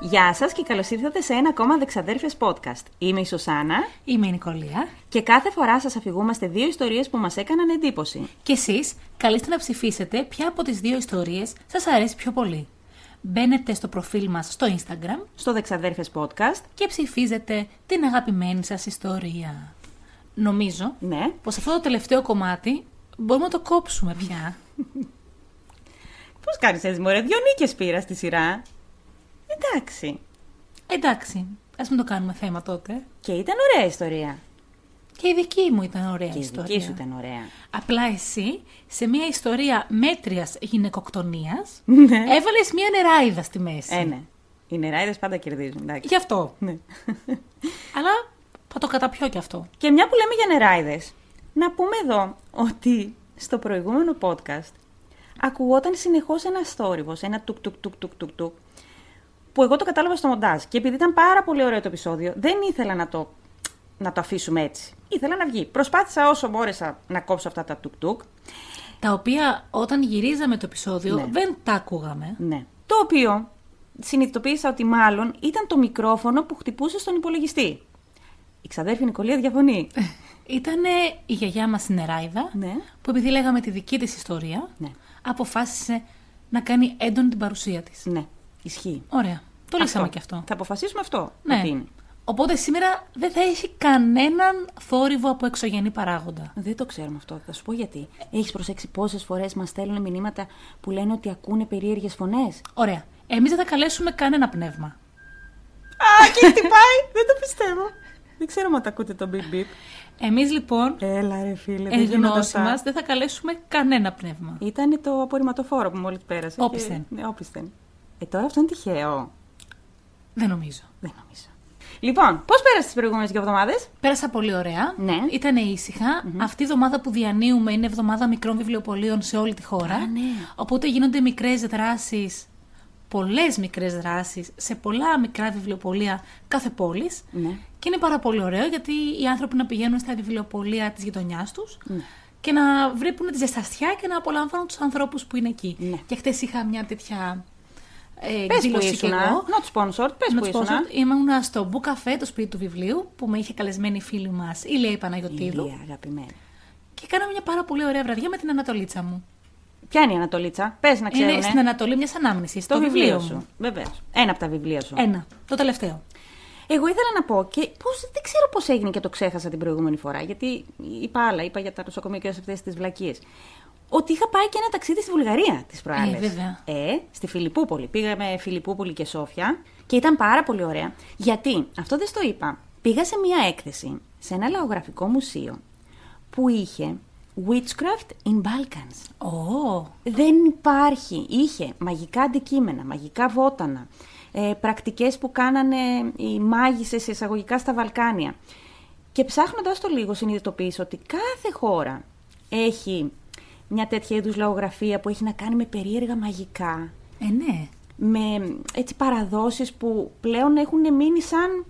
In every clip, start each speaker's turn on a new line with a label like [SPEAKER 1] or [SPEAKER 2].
[SPEAKER 1] Γεια σας και καλώς ήρθατε σε ένα ακόμα Δεξαδέρφιας podcast. Είμαι η Σωσάνα
[SPEAKER 2] Είμαι η Νικολία.
[SPEAKER 1] και κάθε φορά σας αφηγούμαστε δύο ιστορίες που μας έκαναν εντύπωση.
[SPEAKER 2] Και εσείς καλείστε να ψηφίσετε ποια από τις δύο ιστορίες σας αρέσει πιο πολύ. Μπαίνετε στο προφίλ μας στο Instagram
[SPEAKER 1] Στο Δεξαδέρφιας podcast,
[SPEAKER 2] και ψηφίζετε την αγαπημένη σας ιστορία. Νομίζω
[SPEAKER 1] ναι,
[SPEAKER 2] πως αυτό το τελευταίο κομμάτι μπορούμε να το κόψουμε πια.
[SPEAKER 1] πώς κάνεις έτσι μωρέ, δυο νίκες πήρα στη σειρά. Εντάξει.
[SPEAKER 2] Εντάξει, ας μην το κάνουμε θέμα τότε.
[SPEAKER 1] Και ήταν ωραία ιστορία.
[SPEAKER 2] Και η δική μου ήταν ωραία
[SPEAKER 1] Και η
[SPEAKER 2] ιστορία.
[SPEAKER 1] δική σου ήταν ωραία.
[SPEAKER 2] Απλά εσύ, σε μια ιστορία μέτριας γυναικοκτονίας,
[SPEAKER 1] Ναι.
[SPEAKER 2] έβαλες μια νεράιδα στη μέση.
[SPEAKER 1] Ε, ναι. Οι νεράιδες πάντα κερδίζουν, εντάξει.
[SPEAKER 2] Γι' αυτό.
[SPEAKER 1] Ναι.
[SPEAKER 2] Αλλά θα το καταπιώ κι αυτό.
[SPEAKER 1] Και μια που λέμε για νεράιδες, να πούμε εδώ ότι στο προηγούμενο podcast ακουγόταν συνεχώς ένας θόρυβος, ένα τουκ τουκ τουκ τουκ τουκ τουκ, που εγώ το κατάλαβα στο μοντάζ και επειδή ήταν πάρα πολύ ωραίο το επεισόδιο, δεν ήθελα να το, να το αφήσουμε έτσι. Ήθελα να βγει. Προσπάθησα όσο μπόρεσα να κόψω αυτά τα τουκ τουκ.
[SPEAKER 2] Τα οποία όταν γυρίζαμε το επεισόδιο
[SPEAKER 1] Ναι.
[SPEAKER 2] δεν τα ακούγαμε.
[SPEAKER 1] Ναι. Το οποίο συνειδητοποίησα ότι μάλλον ήταν το μικρόφωνο που χτυπούσε στον υπολογιστή. Η ξαδέρφη Νικολία διαφωνεί.
[SPEAKER 2] Ήτανε η γιαγιά μας η Νεράιδα,
[SPEAKER 1] ναι.
[SPEAKER 2] που επειδή λέγαμε τη δική της ιστορία,
[SPEAKER 1] Ναι.
[SPEAKER 2] αποφάσισε να κάνει έντονη την παρουσία της.
[SPEAKER 1] Ναι. Ισχύει.
[SPEAKER 2] Ωραία. Το λύσαμε
[SPEAKER 1] Αυτό.
[SPEAKER 2] κι αυτό.
[SPEAKER 1] Θα αποφασίσουμε αυτό.
[SPEAKER 2] Ναι.
[SPEAKER 1] ότι είναι.
[SPEAKER 2] Οπότε σήμερα δεν θα έχει κανέναν θόρυβο από εξωγενή παράγοντα.
[SPEAKER 1] Δεν το ξέρουμε αυτό. Θα σου πω γιατί. Έχεις προσέξει πόσες φορές μας στέλνουν μηνύματα που λένε ότι ακούνε περίεργες φωνές.
[SPEAKER 2] Ωραία. Εμείς δεν θα καλέσουμε κανένα πνεύμα.
[SPEAKER 1] Α, και χτυπάει! Δεν το πιστεύω. Δεν ξέρω αν τα ακούτε το μπιπ μπιπ.
[SPEAKER 2] Εμείς λοιπόν,
[SPEAKER 1] Έλα, ρε φίλε.
[SPEAKER 2] εν γνώση μας, δεν θα καλέσουμε κανένα πνεύμα.
[SPEAKER 1] Ήταν το απορριμματοφόρο που μόλις πέρασε. και-
[SPEAKER 2] Όπισθεν.
[SPEAKER 1] Ναι, όπισθεν. Ε, τώρα αυτό είναι τυχαίο.
[SPEAKER 2] Δεν νομίζω.
[SPEAKER 1] Δεν νομίζω. Λοιπόν, πώς πέρασε τις προηγούμενες δύο εβδομάδες.
[SPEAKER 2] Πέρασα πολύ ωραία.
[SPEAKER 1] Ναι.
[SPEAKER 2] Ήταν ήσυχα. Αυτή η εβδομάδα που διανύουμε είναι εβδομάδα μικρών βιβλιοπολίων σε όλη τη χώρα.
[SPEAKER 1] Α, ναι.
[SPEAKER 2] Οπότε γίνονται μικρές δράσεις, πολλές μικρές δράσεις σε πολλά μικρά βιβλιοπολία κάθε πόλης.
[SPEAKER 1] Ναι.
[SPEAKER 2] Και είναι πάρα πολύ ωραίο γιατί οι άνθρωποι να πηγαίνουν στα βιβλιοπολία της γειτονιάς τους
[SPEAKER 1] Ναι.
[SPEAKER 2] και να βρήπουν τη ζεστασιά και να απολαμβάνουν τους ανθρώπους που είναι εκεί.
[SPEAKER 1] Ναι.
[SPEAKER 2] Και χτες είχα μια τέτοια. Ε,
[SPEAKER 1] Πες που
[SPEAKER 2] εκδήλωση κι
[SPEAKER 1] ήσουν.
[SPEAKER 2] εγώ.
[SPEAKER 1] Not sponsored, πες
[SPEAKER 2] Να
[SPEAKER 1] που
[SPEAKER 2] τους πω
[SPEAKER 1] ήσουν. ε.
[SPEAKER 2] ότι Ήμουν στο Book Café, το σπίτι του βιβλίου, που με είχε καλεσμένη η φίλη μας, η Λέα Παναγιοτήδου.
[SPEAKER 1] Ηλία, αγαπημένη.
[SPEAKER 2] Και κάναμε μια πάρα πολύ ωραία βραδιά με την Ανατολίτσα μου.
[SPEAKER 1] Ποια είναι η Ανατολίτσα, πες να ξέρουν.
[SPEAKER 2] Είναι στην Ανατολή μιας ανάμνησης.
[SPEAKER 1] Το
[SPEAKER 2] Στο
[SPEAKER 1] βιβλίο
[SPEAKER 2] βιβλίο
[SPEAKER 1] σου.
[SPEAKER 2] μου.
[SPEAKER 1] Βεβαίως. Ένα από τα βιβλία σου.
[SPEAKER 2] Ένα. Το τελευταίο.
[SPEAKER 1] Εγώ ήθελα να πω και πώς, δεν ξέρω πώς έγινε και το ξέχασα την προηγούμενη φορά. Γιατί είπα άλλα, είπα για τα νοσοκομεία και όλες αυτές τις βλακίες. Ότι είχα πάει και ένα ταξίδι στη Βουλγαρία τις προάλλε.
[SPEAKER 2] Ε, βέβαια.
[SPEAKER 1] Ε, στη Φιλιππούπολη. Πήγαμε Φιλιππούπολη και Σόφια και ήταν πάρα πολύ ωραία. Γιατί, αυτό δεν στο είπα, πήγα σε μία έκθεση σε ένα λαογραφικό μουσείο που είχε Witchcraft in Balkans.
[SPEAKER 2] Ω,
[SPEAKER 1] Δεν υπάρχει. Είχε μαγικά αντικείμενα, μαγικά βότανα, ε, πρακτικές που κάνανε οι μάγισσες εισαγωγικά στα Βαλκάνια. Και ψάχνοντας το λίγο συνειδητοποίησα ότι κάθε χώρα έχει μια τέτοια είδους λαογραφία που έχει να κάνει με περίεργα μαγικά,
[SPEAKER 2] ε, ναι.
[SPEAKER 1] με έτσι παραδόσεις που πλέον έχουν μείνει σαν...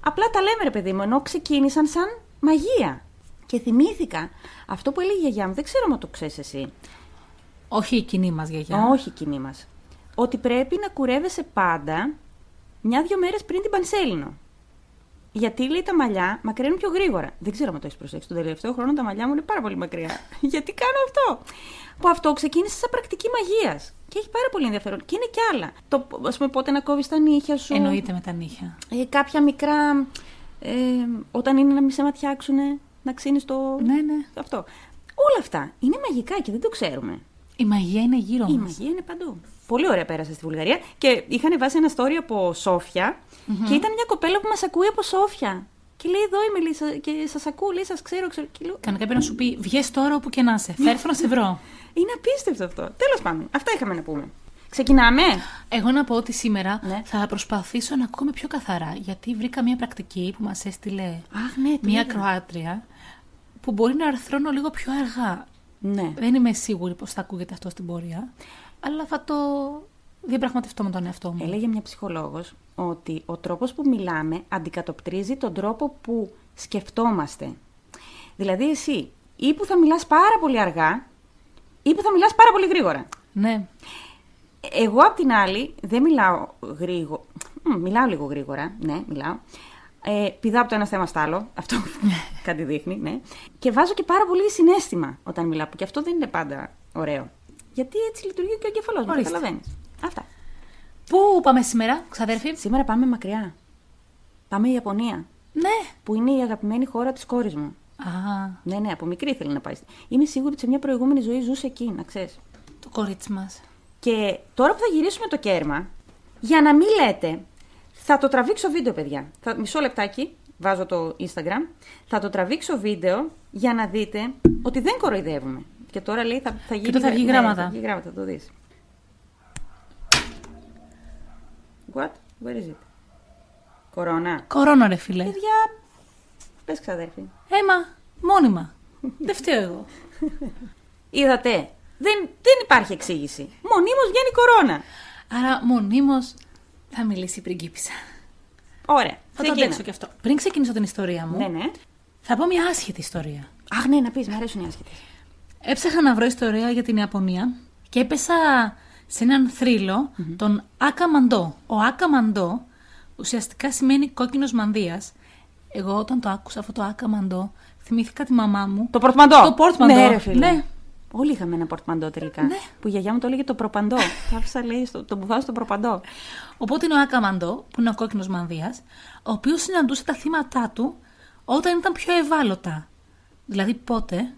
[SPEAKER 1] Απλά τα λέμε ρε παιδί μου, ενώ ξεκίνησαν σαν μαγεία. Και θυμήθηκα αυτό που έλεγε η γιαγιά μου, δεν ξέρω αν το ξέρεις εσύ.
[SPEAKER 2] Όχι η κοινή μας γιαγιά.
[SPEAKER 1] Όχι κοινή μας. Ότι πρέπει να κουρεύεσαι πάντα μια-δυο μέρες πριν την πανσέλινο. Γιατί λέει τα μαλλιά μακραίνουν πιο γρήγορα. Δεν ξέρω αν το έχεις προσέξει. Τον τελευταίο χρόνο τα μαλλιά μου είναι πάρα πολύ μακριά. Γιατί κάνω αυτό. Που αυτό ξεκίνησε σαν πρακτική μαγείας. Και έχει πάρα πολύ ενδιαφέρον. Και είναι κι άλλα. Το ας πούμε πότε να κόβεις τα νύχια σου.
[SPEAKER 2] Εννοείται με τα νύχια.
[SPEAKER 1] Ε, κάποια μικρά. Ε, όταν είναι να μην σε ματιάξουνε, να ξύνεις το.
[SPEAKER 2] Ναι, ναι.
[SPEAKER 1] Αυτό. Όλα αυτά είναι μαγικά και δεν το ξέρουμε.
[SPEAKER 2] Η μαγεία είναι γύρω
[SPEAKER 1] Η
[SPEAKER 2] μας.
[SPEAKER 1] μαγεία είναι παντού. Πολύ ωραία πέρασα στη Βουλγαρία και είχαν βάσει ένα story από Σόφια και ήταν μια κοπέλα που μας ακούει από Σόφια. Και λέει: Εδώ είμαι, λέει, «Σα- και σας ακούω, λέει, σας ξέρω, ξέρω. Και λέω,
[SPEAKER 2] Κανένα κάποιο να σου πει: Βγες τώρα όπου και να είσαι.
[SPEAKER 1] Ναι.
[SPEAKER 2] Φέρφω να σε βρω.
[SPEAKER 1] Είναι απίστευτο αυτό. Τέλος πάντων, αυτά είχαμε να πούμε. Ξεκινάμε.
[SPEAKER 2] Εγώ να πω ότι σήμερα
[SPEAKER 1] Ναι.
[SPEAKER 2] θα προσπαθήσω να ακούμε πιο καθαρά, γιατί βρήκα μια πρακτική που μας έστειλε
[SPEAKER 1] Αχ, ναι, το
[SPEAKER 2] μια
[SPEAKER 1] είδα.
[SPEAKER 2] Κροάτρια που μπορεί να αρθρώνω λίγο πιο αργά.
[SPEAKER 1] Ναι.
[SPEAKER 2] Δεν είμαι σίγουρη πως θα ακούγεται αυτό στην πορεία, αλλά θα το διαπραγματευτώ με τον εαυτό μου.
[SPEAKER 1] Έλεγε μια ψυχολόγος ότι ο τρόπος που μιλάμε αντικατοπτρίζει τον τρόπο που σκεφτόμαστε. Δηλαδή, εσύ ή που θα μιλάς πάρα πολύ αργά ή που θα μιλάς πάρα πολύ γρήγορα.
[SPEAKER 2] Ναι.
[SPEAKER 1] Εγώ απ' την άλλη δεν μιλάω γρήγορα. Μμ, μιλάω λίγο γρήγορα. Ναι, μιλάω. Ε, πηδάω από το ένα θέμα στο άλλο. Αυτό κάτι δείχνει, ναι. Και βάζω και πάρα πολύ συνέστημα όταν μιλάω, που και αυτό δεν είναι πάντα ωραίο. Γιατί έτσι λειτουργεί και ο εγκεφαλός μου.
[SPEAKER 2] Ορίστε.
[SPEAKER 1] Καταλαβαίνεις. Αυτά.
[SPEAKER 2] Πού πάμε σήμερα, ξαδέρφη.
[SPEAKER 1] Σήμερα πάμε μακριά. Πάμε η Ιαπωνία,
[SPEAKER 2] Ναι.
[SPEAKER 1] που είναι η αγαπημένη χώρα της κόρης μου.
[SPEAKER 2] Α,
[SPEAKER 1] Ναι, ναι, από μικρή θέλει να πάει. Είμαι σίγουρη ότι σε μια προηγούμενη ζωή ζούσε εκεί, να ξέρεις.
[SPEAKER 2] το κορίτσι μας.
[SPEAKER 1] Και τώρα που θα γυρίσουμε το κέρμα, για να μην λέτε, θα το τραβήξω βίντεο, παιδιά. Θα, μισό λεπτάκι, βάζω το Instagram. Θα το τραβήξω βίντεο για να δείτε ότι δεν κοροϊδεύουμε. Και τώρα λέει θα, θα γίνει.
[SPEAKER 2] το θα βγει
[SPEAKER 1] ναι,
[SPEAKER 2] γράμματα.
[SPEAKER 1] θα βγει γράμματα, θα το δεις. What? Where is it? Κορώνα.
[SPEAKER 2] Κορώνα, ρε φίλε.
[SPEAKER 1] Παιδιά, πες ξαδέρφη.
[SPEAKER 2] Έμα, μόνιμα. Δεν φταίω εγώ.
[SPEAKER 1] Είδατε, δεν, δεν υπάρχει εξήγηση. Μονίμως βγαίνει κορώνα.
[SPEAKER 2] Άρα μονίμως θα μιλήσει η πριγκίπισσα.
[SPEAKER 1] Ωραία,
[SPEAKER 2] Θα το
[SPEAKER 1] ξεκίνα.
[SPEAKER 2] αντέξω κι αυτό. Πριν ξεκινήσω την ιστορία μου,
[SPEAKER 1] Ναι, ναι.
[SPEAKER 2] θα πω μια άσχετη ιστορία.
[SPEAKER 1] Αχ, ναι, να πεις, μου αρέσουν οι άσχετες.
[SPEAKER 2] Έψαχα να βρω ιστορία για την Ιαπωνία και έπεσα σε έναν θρύλο, τον Άκα Μαντό. Ο Άκα Μαντό ουσιαστικά σημαίνει κόκκινος μανδύας. Εγώ όταν το άκουσα αυτό το Άκα Μαντό, θυμήθηκα τη μαμά μου.
[SPEAKER 1] Το πορτμαντό.
[SPEAKER 2] Το πορτμαντό.
[SPEAKER 1] Ναι, ρε, φίλε.
[SPEAKER 2] Ναι.
[SPEAKER 1] Όλοι είχαμε ένα πορτμαντό τελικά.
[SPEAKER 2] Ναι.
[SPEAKER 1] Που η γιαγιά μου το έλεγε το προπαντό. Τα άφησα, λέει, στο, τον μπουφάω στο προπαντό.
[SPEAKER 2] Οπότε είναι ο Άκα Μαντό, που είναι ο κόκκινος μανδύας, ο οποίος συναντούσε τα θύματα του όταν ήταν πιο ευάλωτα. Δηλαδή πότε,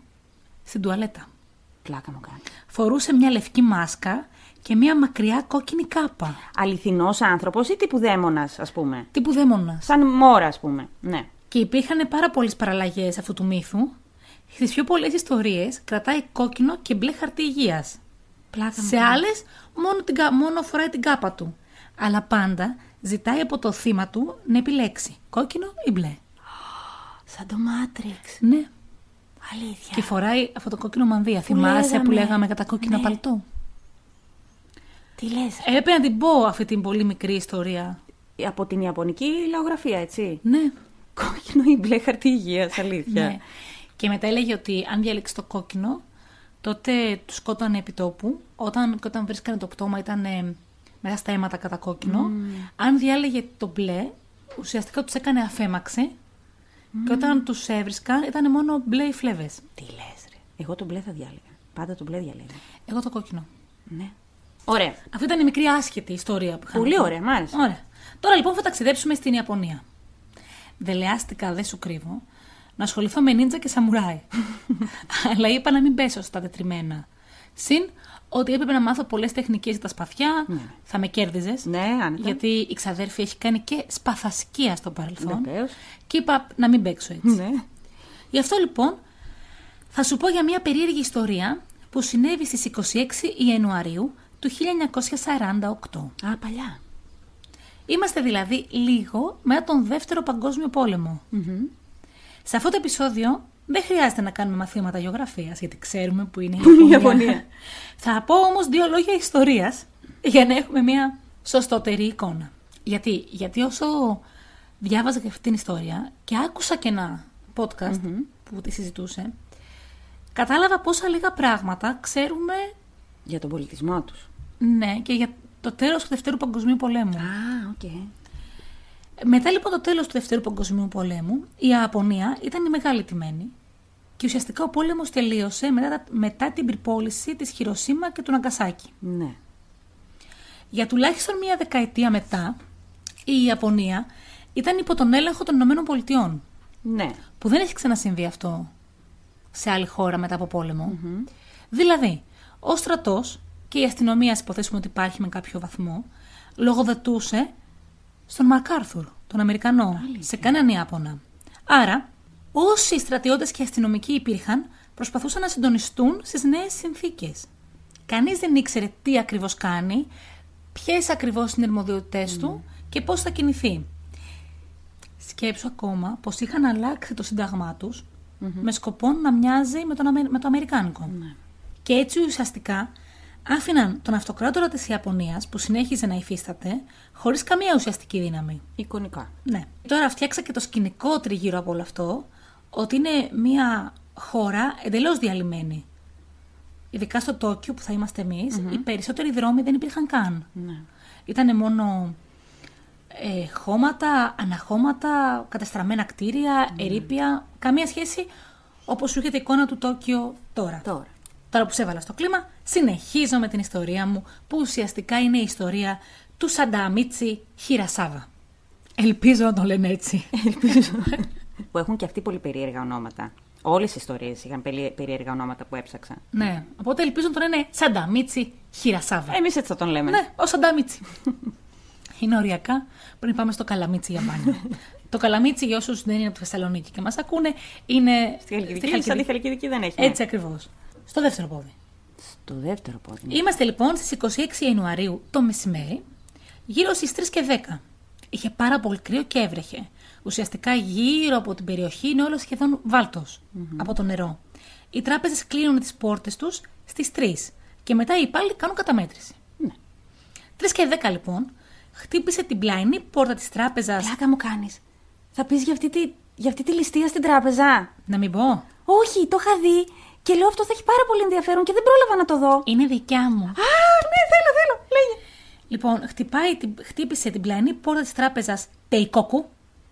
[SPEAKER 2] στην τουαλέτα.
[SPEAKER 1] Πλάκα μου κάνει.
[SPEAKER 2] Φορούσε μια λευκή μάσκα και μια μακριά κόκκινη κάπα.
[SPEAKER 1] Αληθινός άνθρωπος ή τύπου δαίμονας, ας πούμε.
[SPEAKER 2] Τύπου δαίμονας.
[SPEAKER 1] Σαν μόρα, ας πούμε. Ναι.
[SPEAKER 2] Και υπήρχαν πάρα πολλές παραλλαγές αυτού του μύθου. Στις πιο πολλές ιστορίες κρατάει κόκκινο και μπλε χαρτί υγείας.
[SPEAKER 1] Πλάκα
[SPEAKER 2] Σε άλλες, μόνο, την κα- μόνο φοράει την κάπα του. Αλλά πάντα ζητάει από το θύμα του να επιλέξει κόκκινο ή μπλε.
[SPEAKER 1] Σαν το Μάτριξ.
[SPEAKER 2] Ναι.
[SPEAKER 1] Αλήθεια.
[SPEAKER 2] Και φοράει αυτό το κόκκινο μανδύα. Θυμάσαι που
[SPEAKER 1] λέγαμε.
[SPEAKER 2] λέγαμε κατά κόκκινα
[SPEAKER 1] Ναι.
[SPEAKER 2] παλτό.
[SPEAKER 1] Τι λες.
[SPEAKER 2] Έπρεπε να την πω αυτή την πολύ μικρή ιστορία.
[SPEAKER 1] Από την Ιαπωνική λαογραφία, έτσι.
[SPEAKER 2] Ναι.
[SPEAKER 1] Κόκκινο ή μπλε χαρτί υγείας, αλήθεια.
[SPEAKER 2] ναι. Και μετά έλεγε ότι αν διαλέξει το κόκκινο, τότε του σκότωνε επί τόπου. Όταν, και όταν βρίσκανε το πτώμα, ήταν ε, μέσα στα αίματα κατά κόκκινο. Αν διάλεγε το μπλε, ουσιαστικά τους έκανε αφέμαξη. Και όταν τους έβρισκαν, ήταν μόνο μπλε οι φλέβες.
[SPEAKER 1] Τι λες, ρε. Εγώ τον μπλε θα διάλεγα. Πάντα τον μπλε διαλέγω.
[SPEAKER 2] Εγώ το κόκκινο.
[SPEAKER 1] Ναι. Ωραία.
[SPEAKER 2] Αυτή ήταν η μικρή άσχετη ιστορία που είχα.
[SPEAKER 1] Πολύ ωραία, μ' άρεσε.
[SPEAKER 2] Ωραία. Τώρα λοιπόν θα ταξιδέψουμε στην Ιαπωνία. Δελεάστηκα, δεν σου κρύβω, να ασχοληθώ με νίντζα και σαμουράι. Αλλά είπα να μην πέσω στα τετριμένα. Συν ότι έπρεπε να μάθω πολλές τεχνικές για τα σπαθιά,
[SPEAKER 1] Ναι.
[SPEAKER 2] θα με κέρδιζες.
[SPEAKER 1] Ναι, άνετα.
[SPEAKER 2] Γιατί η ξαδέρφη έχει κάνει και σπαθασκία στο παρελθόν.
[SPEAKER 1] Βεβαίως.
[SPEAKER 2] Και είπα να μην παίξω έτσι.
[SPEAKER 1] Ναι.
[SPEAKER 2] Γι' αυτό λοιπόν θα σου πω για μια περίεργη ιστορία που συνέβη στις 26 Ιανουαρίου του 1948.
[SPEAKER 1] Α, παλιά.
[SPEAKER 2] Είμαστε δηλαδή λίγο μετά τον Δεύτερο Παγκόσμιο Πόλεμο. Σε αυτό το επεισόδιο δεν χρειάζεται να κάνουμε μαθήματα γεωγραφίας, γιατί ξέρουμε που είναι η
[SPEAKER 1] είναι η
[SPEAKER 2] Ιαπωνία.
[SPEAKER 1] Ιαπωνία.
[SPEAKER 2] Θα πω όμως δύο λόγια ιστορίας, για να έχουμε μια σωστότερη εικόνα. Γιατί, γιατί όσο διάβαζα και αυτή την ιστορία και άκουσα και ένα podcast που τη συζητούσε, κατάλαβα πόσα λίγα πράγματα ξέρουμε,
[SPEAKER 1] Για τον πολιτισμό τους.
[SPEAKER 2] ναι, και για το τέλος του Δευτέρου Παγκοσμίου Πολέμου.
[SPEAKER 1] Α, οκ.
[SPEAKER 2] Μετά λοιπόν το τέλος του Δευτέρου Παγκοσμίου Πολέμου, η Ιαπωνία ήταν η μεγάλη τιμένη και ουσιαστικά ο πόλεμος τελείωσε μετά, τα- μετά την πυρπόληση της Χειροσύμα και του Ναγκασάκη.
[SPEAKER 1] Ναι.
[SPEAKER 2] Για τουλάχιστον μία δεκαετία μετά, η Ιαπωνία ήταν υπό τον έλεγχο των Ηνωμένων Πολιτειών,
[SPEAKER 1] Ναι.
[SPEAKER 2] που δεν έχει ξανασυμβεί αυτό σε άλλη χώρα μετά από πόλεμο. Δηλαδή, ο στρατός και η αστυνομία, ας υποθέσουμε ότι υπάρχει με κάποιο βαθμό, λογοδετούσε στον Μακάρθουρ, τον Αμερικανό, σε κανέναν Ιάπωνα. Άρα, όσοι στρατιώτες και αστυνομικοί υπήρχαν, προσπαθούσαν να συντονιστούν στις νέες συνθήκες. Κανείς δεν ήξερε τι ακριβώς κάνει, ποιες ακριβώς είναι οι αρμοδιότητές του και πώς θα κινηθεί. Σκέψου ακόμα πως είχαν αλλάξει το σύνταγμά τους με σκοπό να μοιάζει με, τον, Αμε- με το αμερικανικο
[SPEAKER 1] Ναι.
[SPEAKER 2] Και έτσι ουσιαστικά άφηναν τον αυτοκράτορα της Ιαπωνίας που συνέχιζε να υφίσταται χωρίς καμία ουσιαστική δύναμη.
[SPEAKER 1] Εικονικά.
[SPEAKER 2] Ναι. Τώρα φτιάξα και το σκηνικό τριγύρω από όλο αυτό, ότι είναι μια χώρα εντελώς διαλυμένη. Ειδικά στο Τόκιο που θα είμαστε εμείς, οι περισσότεροι δρόμοι δεν υπήρχαν καν.
[SPEAKER 1] Ναι.
[SPEAKER 2] Ήταν μόνο ε, χώματα, αναχώματα, καταστραμμένα κτίρια, ερήπια. Καμία σχέση όπως σου έρχεται η εικόνα του Τόκιο τώρα.
[SPEAKER 1] Τώρα.
[SPEAKER 2] Τώρα που σε έβαλα στο κλίμα, συνεχίζω με την ιστορία μου, που ουσιαστικά είναι η ιστορία του Σανταμίτσι Χιρασάβα. Ελπίζω να τον λένε έτσι.
[SPEAKER 1] που έχουν και αυτοί πολύ περίεργα ονόματα. Όλες οι ιστορίες είχαν πελι- περίεργα ονόματα που έψαξα.
[SPEAKER 2] ναι, οπότε ελπίζω να τον λένε Σανταμίτσι Χιρασάβα.
[SPEAKER 1] Εμείς έτσι θα τον λέμε.
[SPEAKER 2] Ναι, ο Σαντάμιτσι. είναι οριακά πριν πάμε στο καλαμίτσι για μπάνιο. το καλαμίτσι, για όσους δεν είναι από τη Θεσσαλονίκη και μας ακούνε, είναι.
[SPEAKER 1] Στη Χαλκιδική.
[SPEAKER 2] στη
[SPEAKER 1] Χαλκιδική. Σαν τη Χαλκιδική δεν έχει. ναι.
[SPEAKER 2] Έτσι ακριβώς. Στο δεύτερο πόδι.
[SPEAKER 1] Στο δεύτερο πόδι.
[SPEAKER 2] Είμαστε λοιπόν στις 26 Ιανουαρίου το μεσημέρι, γύρω στις 3 και 10. Είχε πάρα πολύ κρύο και έβρεχε. Ουσιαστικά γύρω από την περιοχή είναι όλο σχεδόν βάλτος από το νερό. Οι τράπεζες κλείνουν τις πόρτες τους στις 3 και μετά οι υπάλληλοι κάνουν καταμέτρηση.
[SPEAKER 1] Ναι.
[SPEAKER 2] 3 και 10 λοιπόν, χτύπησε την πλαϊνή πόρτα της τράπεζας.
[SPEAKER 1] Πλάκα μου κάνεις. Θα πεις για, αυτή τη- για αυτή τη ληστεία στην τράπεζα.
[SPEAKER 2] Να μην πω.
[SPEAKER 1] Όχι, το είχα δει και λέω αυτό θα έχει πάρα πολύ ενδιαφέρον και δεν πρόλαβα να το δω.
[SPEAKER 2] Είναι δικιά μου.
[SPEAKER 1] Α, ναι, θέλω, θέλω. Λέγε.
[SPEAKER 2] Λοιπόν, χτυπάει, την- χτύπησε την πλαϊνή πόρτα της τράπεζας Τεϊκόκου.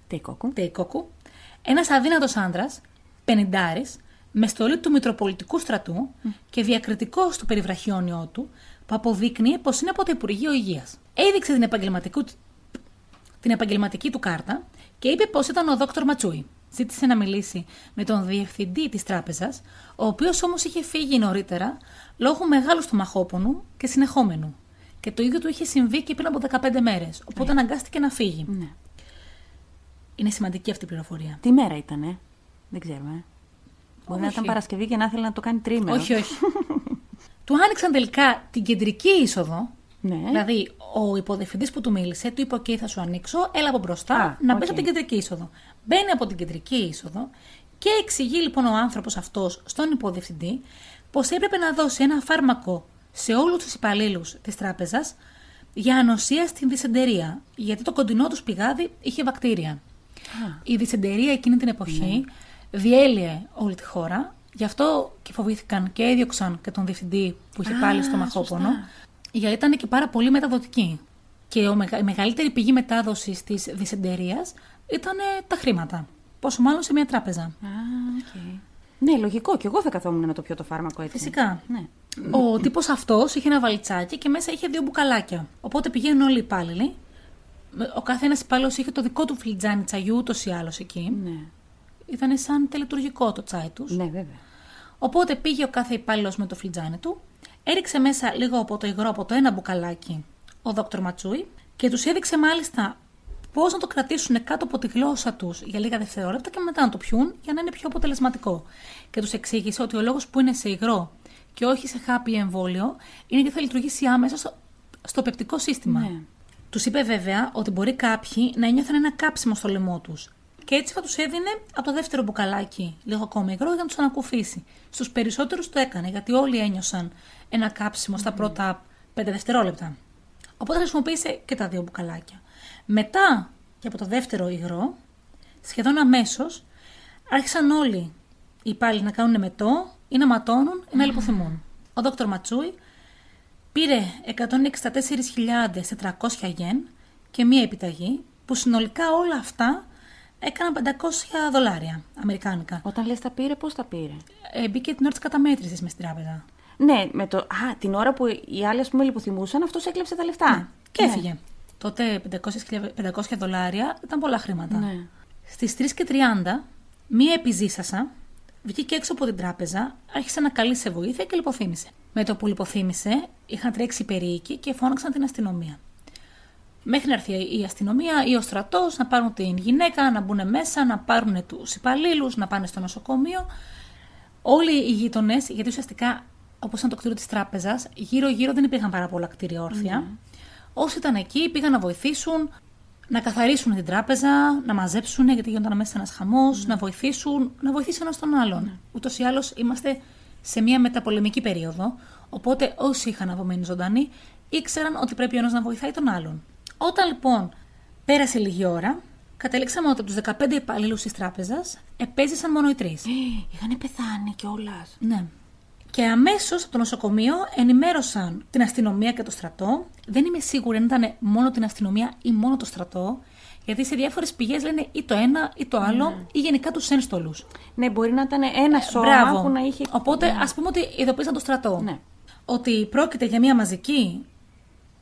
[SPEAKER 1] Τεϊκόκου.
[SPEAKER 2] Τεϊκόκου. Ένας αδύνατος άντρα, πενιντάρης, με στολή του Μητροπολιτικού Στρατού και διακριτικός του περιβραχιόνιό του, που αποδείκνυε πως είναι από το Υπουργείο Υγείας. Έδειξε την, επαγγελματικού- την επαγγελματική του κάρτα και είπε πως ήταν ο Δόκτωρ Ματσούι. Ζήτησε να μιλήσει με τον διευθυντή της τράπεζας, ο οποίος όμως είχε φύγει νωρίτερα λόγω μεγάλου του μαχόπονου και συνεχόμενου. Και το ίδιο του είχε συμβεί και πριν από 15 μέρες, οπότε αναγκάστηκε να φύγει.
[SPEAKER 1] Ναι.
[SPEAKER 2] Είναι σημαντική αυτή η πληροφορία.
[SPEAKER 1] Τι μέρα ήταν, ε? Δεν ξέρουμε. ε. Μπορεί να
[SPEAKER 2] Όχι.
[SPEAKER 1] ήταν Παρασκευή και να ήθελε να το κάνει τρίμερο.
[SPEAKER 2] Όχι, όχι. Ναι. του άνοιξαν τελικά την κεντρική είσοδο.
[SPEAKER 1] Ναι.
[SPEAKER 2] Δηλαδή, ο υποδιευθυντής που του μίλησε, του είπε: OK, θα σου ανοίξω, έλα από μπροστά
[SPEAKER 1] Α,
[SPEAKER 2] να
[SPEAKER 1] οκ.
[SPEAKER 2] μπει από την κεντρική είσοδο. Μπαίνει από την κεντρική είσοδο και εξηγεί λοιπόν ο άνθρωπος αυτός στον υποδιευθυντή πως έπρεπε να δώσει ένα φάρμακο σε όλους τους υπαλλήλους της τράπεζας για ανοσία στην δυσεντερία. Γιατί το κοντινό τους πηγάδι είχε βακτήρια. Η δυσεντερία εκείνη την εποχή
[SPEAKER 1] Ναι.
[SPEAKER 2] διέλυε όλη τη χώρα. Γι' αυτό και φοβήθηκαν και έδιωξαν και τον διευθυντή που είχε
[SPEAKER 1] Α,
[SPEAKER 2] πάλι στο μαχόπονο.
[SPEAKER 1] σωστά.
[SPEAKER 2] Γιατί ήταν και πάρα πολύ μεταδοτική. Και ο μεγα- η μεγαλύτερη πηγή μετάδοσης της δυσεντερία ήταν τα χρήματα. Πόσο μάλλον σε μια τράπεζα.
[SPEAKER 1] Α, οκ. Ναι, λογικό. Και εγώ θα καθόμουν να το πιω το φάρμακο έτσι.
[SPEAKER 2] Φυσικά.
[SPEAKER 1] Ναι.
[SPEAKER 2] Ο τύπος αυτός είχε ένα βαλιτσάκι και μέσα είχε δύο μπουκαλάκια. Οπότε πηγαίνουν όλοι οι υπάλληλοι. Ο κάθε ένα υπάλληλος είχε το δικό του φλιτζάνι τσαγιού ούτως ή άλλως εκεί.
[SPEAKER 1] ναι.
[SPEAKER 2] Ήταν σαν τελετουργικό το τσάι τους.
[SPEAKER 1] Ναι, βέβαια.
[SPEAKER 2] Οπότε πήγε ο κάθε υπάλληλος με το φλιτζάνι του, έριξε μέσα λίγο από το υγρό από το ένα μπουκαλάκι ο δόκτωρ Ματσούι και τους έδειξε μάλιστα πώς να το κρατήσουν κάτω από τη γλώσσα τους για λίγα δευτερόλεπτα και μετά να το πιούν για να είναι πιο αποτελεσματικό. Και τους εξήγησε ότι ο λόγος που είναι σε υγρό και όχι σε χάπι ή εμβόλιο είναι γιατί θα λειτουργήσει άμεσα στο, στο πεπτικό σύστημα.
[SPEAKER 1] Ναι.
[SPEAKER 2] Τους είπε βέβαια ότι μπορεί κάποιοι να νιώθουν ένα κάψιμο στο λαιμό τους. Και έτσι θα τους έδινε από το δεύτερο μπουκαλάκι λίγο ακόμα υγρό για να τους ανακουφίσει. Στους περισσότερους το έκανε, γιατί όλοι ένιωσαν ένα κάψιμο στα πρώτα 5 δευτερόλεπτα. Οπότε χρησιμοποίησε και τα δύο μπουκαλάκια. Μετά και από το δεύτερο υγρό, σχεδόν αμέσως, άρχισαν όλοι οι υπάλληλοι να κάνουν μετό ή να ματώνουν ή να λιποθυμούν. Ο δόκτωρ Ματσούι πήρε 164.400 γεν και μία επιταγή που συνολικά όλα αυτά έκαναν 500 δολάρια αμερικάνικα.
[SPEAKER 1] Όταν λες τα πήρε, πώς τα πήρε.
[SPEAKER 2] Ε, μπήκε την ώρα της καταμέτρησης μες στην τράπεζα.
[SPEAKER 1] Ναι, με το... Α, την ώρα που οι άλλοι, ας πούμε, λιποθυμούσαν, αυτός έκλεψε τα λεφτά.
[SPEAKER 2] Και
[SPEAKER 1] Ναι.
[SPEAKER 2] έφυγε. Τότε 500, 500 δολάρια ήταν πολλά χρήματα.
[SPEAKER 1] Ναι.
[SPEAKER 2] Στις 3 και 30, μία επιζήσασα, βγήκε έξω από την τράπεζα, άρχισε να καλεί σε βοήθεια και λιποθύμησε. Με το που λιποθύμησε, είχαν τρέξει περίοικοι και φώναξαν την αστυνομία. Μέχρι να έρθει η αστυνομία ή ο στρατός να πάρουν την γυναίκα, να μπουν μέσα, να πάρουν τους υπαλλήλους, να πάνε στο νοσοκομείο. Όλοι οι γείτονες, γιατί ουσιαστικά όπως ήταν το κτίριο της τράπεζας, γύρω-γύρω δεν υπήρχαν πάρα πολλά κτίρια όρθια. Όσοι ήταν εκεί πήγαν να βοηθήσουν, να καθαρίσουν την τράπεζα, να μαζέψουν, γιατί γινόταν μέσα ένας χαμός, να βοηθήσουν, να βοηθήσουν ένας τον άλλον. Ούτως ή άλλως είμαστε σε μια μεταπολεμική περίοδο. Οπότε όσοι είχαν απομείνει ζωντανοί ήξεραν ότι πρέπει ο ένας να βοηθάει τον άλλον. Όταν λοιπόν πέρασε λίγη ώρα, καταλήξαμε ότι από του 15 Ε, υπαλλήλους της τράπεζας επέζησαν μόνο οι τρεις.
[SPEAKER 1] Είχαν πεθάνει κιόλας.
[SPEAKER 2] Ναι. Και αμέσως από το νοσοκομείο ενημέρωσαν την αστυνομία και το στρατό. Δεν είμαι σίγουρη αν ήταν μόνο την αστυνομία ή μόνο το στρατό. Γιατί σε διάφορες πηγές λένε ή το ένα ή το άλλο ή γενικά τους ένστολους.
[SPEAKER 1] Ναι, μπορεί να ήταν ένα σώμα που να είχε.
[SPEAKER 2] Οπότε ας πούμε ότι ειδοποίησαν το στρατό.
[SPEAKER 1] Ναι.
[SPEAKER 2] Ότι πρόκειται για μια μαζική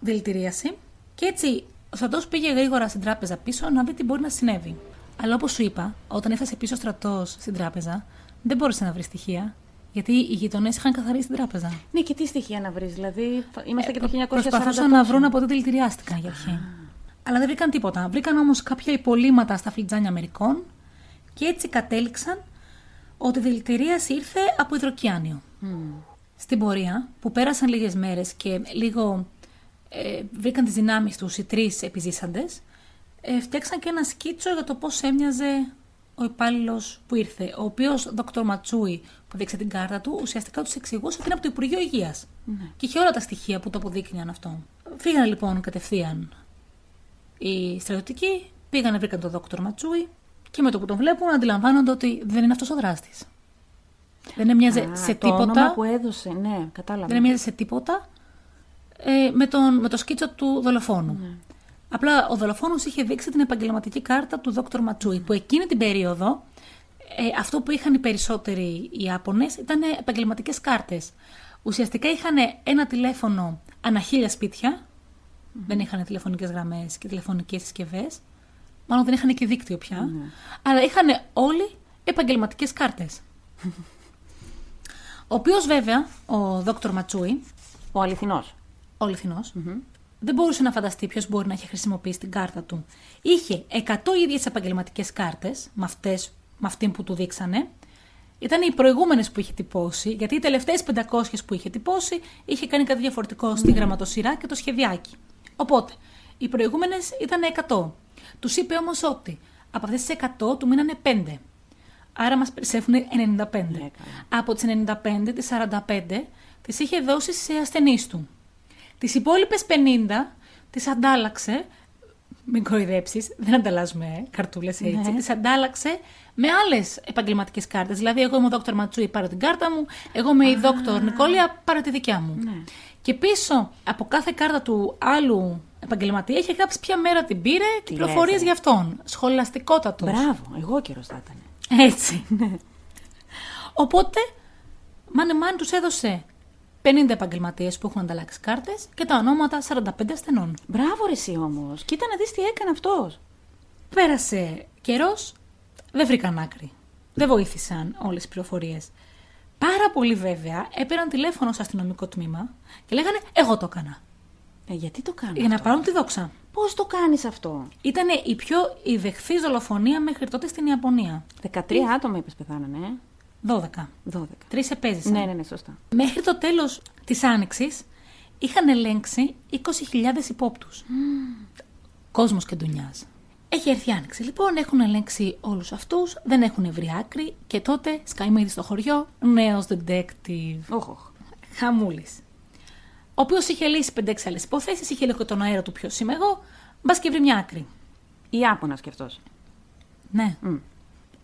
[SPEAKER 2] δηλητηρίαση και έτσι ο στρατός πήγε γρήγορα στην τράπεζα πίσω να δει τι μπορεί να συνέβη. Αλλά όπως σου είπα, όταν έφτασε πίσω ο στρατός στην τράπεζα, δεν μπόρεσε να βρει στοιχεία. Γιατί οι γειτονές είχαν καθαρίσει την τράπεζα.
[SPEAKER 1] Ναι, και τι στοιχεία να βρεις. Δηλαδή, φα- είμαστε και το 1940.
[SPEAKER 2] Προσπαθούσαν Ε, να βρουν από τι δηλητηριάστηκαν για αρχή. Αλλά δεν βρήκαν τίποτα. Βρήκαν όμως κάποια υπολείμματα στα φλιτζάνια μερικών και έτσι κατέληξαν ότι η δηλητηρίαση ήρθε από υδροκιάνιο. Στην πορεία, που πέρασαν λίγες μέρες και λίγο ε, βρήκαν τις δυνάμεις τους οι τρεις επιζήσαντες, ε, φτιάξαν και ένα σκίτσο για το πώς έμοιαζε ο υπάλληλος που ήρθε. Ο οποίος, Δόκτωρ Ματσούι, που δείξε την κάρτα του, ουσιαστικά τους εξηγούσε ότι είναι από το Υπουργείο Υγείας.
[SPEAKER 1] Ναι.
[SPEAKER 2] Και είχε όλα τα στοιχεία που το αποδείκνυαν αυτό. Φύγανε λοιπόν κατευθείαν οι στρατιωτικοί, πήγανε, βρήκαν τον Δόκτωρ Ματσούι και με το που τον βλέπουν αντιλαμβάνονται ότι δεν είναι αυτός ο δράστης. Δεν έμοιαζε
[SPEAKER 1] Α,
[SPEAKER 2] σε
[SPEAKER 1] το
[SPEAKER 2] τίποτα.
[SPEAKER 1] όνομα που έδωσε, ναι, κατάλαβα.
[SPEAKER 2] Δεν έμοιαζε σε τίποτα ε, με, τον, με το σκίτσο του δολοφόνου. Απλά ο δολοφόνος είχε δείξει την επαγγελματική κάρτα του Δόκτωρ Ματσούι, που εκείνη την περίοδο ε, αυτό που είχαν οι περισσότεροι Ιάπωνε ήταν επαγγελματικές κάρτες. Ουσιαστικά είχαν ένα τηλέφωνο ανά χίλια σπίτια. Δεν είχαν τηλεφωνικές γραμμές και τηλεφωνικές συσκευές. Μάλλον δεν είχαν και δίκτυο πια. Αλλά είχαν όλοι επαγγελματικές κάρτες. ο οποίος βέβαια, ο Δόκτωρ Ματσούι,
[SPEAKER 1] Ο αληθινός.
[SPEAKER 2] ο αληθινος δεν μπορούσε να φανταστεί ποιος μπορεί να έχει χρησιμοποιήσει την κάρτα του. Είχε 100 ίδιες επαγγελματικές κάρτες, με, αυτές- με αυτήν που του δείξανε. Ήταν οι προηγούμενες που είχε τυπώσει, γιατί οι τελευταίες 500 που είχε τυπώσει είχε κάνει κάτι διαφορετικό στη γραμματοσυρά και το σχεδιάκι. Οπότε, οι προηγούμενες ήταν 100. Τους είπε όμως ότι από αυτές τις 100 του μείνανε 5. Άρα μας περισσεύουν 95.
[SPEAKER 1] καλά.
[SPEAKER 2] από τις 95, τι 45 τις είχε δώσει σε ασθενείς του. Τις υπόλοιπες 50 τις αντάλλαξε. Μην κοροϊδέψεις, δεν ανταλλάσσουμε καρτούλες έτσι.
[SPEAKER 1] Ναι.
[SPEAKER 2] Τις αντάλλαξε με άλλες επαγγελματικές κάρτες. Δηλαδή, εγώ είμαι ο Δόκτωρ Ματσούι, πάρω την κάρτα μου. Εγώ είμαι η Δόκτωρ Νικόλια, πάρω τη δικιά μου.
[SPEAKER 1] Ναι.
[SPEAKER 2] Και πίσω από κάθε κάρτα του άλλου επαγγελματία είχε γράψει ποια μέρα την πήρε και
[SPEAKER 1] Τι
[SPEAKER 2] πληροφορίες
[SPEAKER 1] λες, ε?
[SPEAKER 2] για αυτόν. Σχολαστικότατος.
[SPEAKER 1] Μπράβο, εγώ καιρός θα ήταν.
[SPEAKER 2] Έτσι. ναι. Οπότε, μάνε μάνε τους έδωσε 50 επαγγελματίες που έχουν ανταλλάξει κάρτες και τα ονόματα 45 ασθενών.
[SPEAKER 1] Μπράβο, ρε, εσύ όμως. Κοίτα να δεις τι έκανε αυτός.
[SPEAKER 2] Πέρασε καιρός, δεν βρήκαν άκρη. Δεν βοήθησαν όλες οι πληροφορίες. Πάρα πολύ βέβαια έπαιρναν τηλέφωνο στο αστυνομικό τμήμα και λέγανε Εγώ το έκανα.
[SPEAKER 1] Ε, γιατί το κάνεις.
[SPEAKER 2] Για να πάρουν τη δόξα.
[SPEAKER 1] Πώς το κάνεις αυτό.
[SPEAKER 2] Ήταν η πιο ιδεχθής δολοφονία μέχρι τότε στην Ιαπωνία.
[SPEAKER 1] 13 άτομα είπες πεθάνανε, ε.
[SPEAKER 2] 12.
[SPEAKER 1] 12.
[SPEAKER 2] Τρεις επέζησαν.
[SPEAKER 1] Ναι, ναι, ναι, σωστά.
[SPEAKER 2] Μέχρι το τέλος της Άνοιξης είχαν ελέγξει 20.000 υπόπτους. Κόσμος και ντουνιάς. Έχει έρθει η Άνοιξη λοιπόν, έχουν ελέγξει όλους αυτούς, δεν έχουν βρει άκρη και τότε σκαημίδι στο χωριό, νέος detective
[SPEAKER 1] Όχο. όχο.
[SPEAKER 2] Χαμούλης. Ο οποίος είχε λύσει 5-6 άλλες υποθέσεις, είχε λίγο τον αέρα του ποιος είμαι εγώ, μπας και βρει μια άκρη.
[SPEAKER 1] Ιάπωνας κι αυτός.
[SPEAKER 2] Ναι.
[SPEAKER 1] Μμ.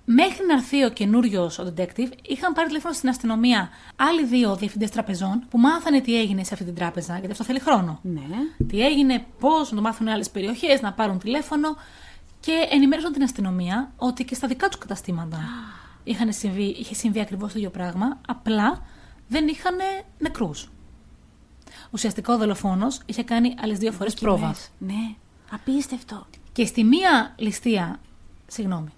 [SPEAKER 2] Μέχρι να έρθει ο καινούριος ο detective, είχαν πάρει τηλέφωνο στην αστυνομία άλλοι δύο διευθυντές τραπεζών που μάθανε τι έγινε σε αυτή την τράπεζα, γιατί αυτό θέλει χρόνο.
[SPEAKER 1] Ναι.
[SPEAKER 2] Τι έγινε, πώς να το μάθουν άλλες περιοχές, να πάρουν τηλέφωνο και ενημέρωσαν την αστυνομία ότι και στα δικά τους καταστήματα είχαν συμβεί, είχε συμβεί ακριβώς το ίδιο πράγμα, απλά δεν είχαν νεκρού. Ουσιαστικά ο δολοφόνος είχε κάνει άλλες δύο φορές πρόβα.
[SPEAKER 1] Δοκιμές. Ναι. Απίστευτο.
[SPEAKER 2] Και στη μία ληστεία, συγγνώμη,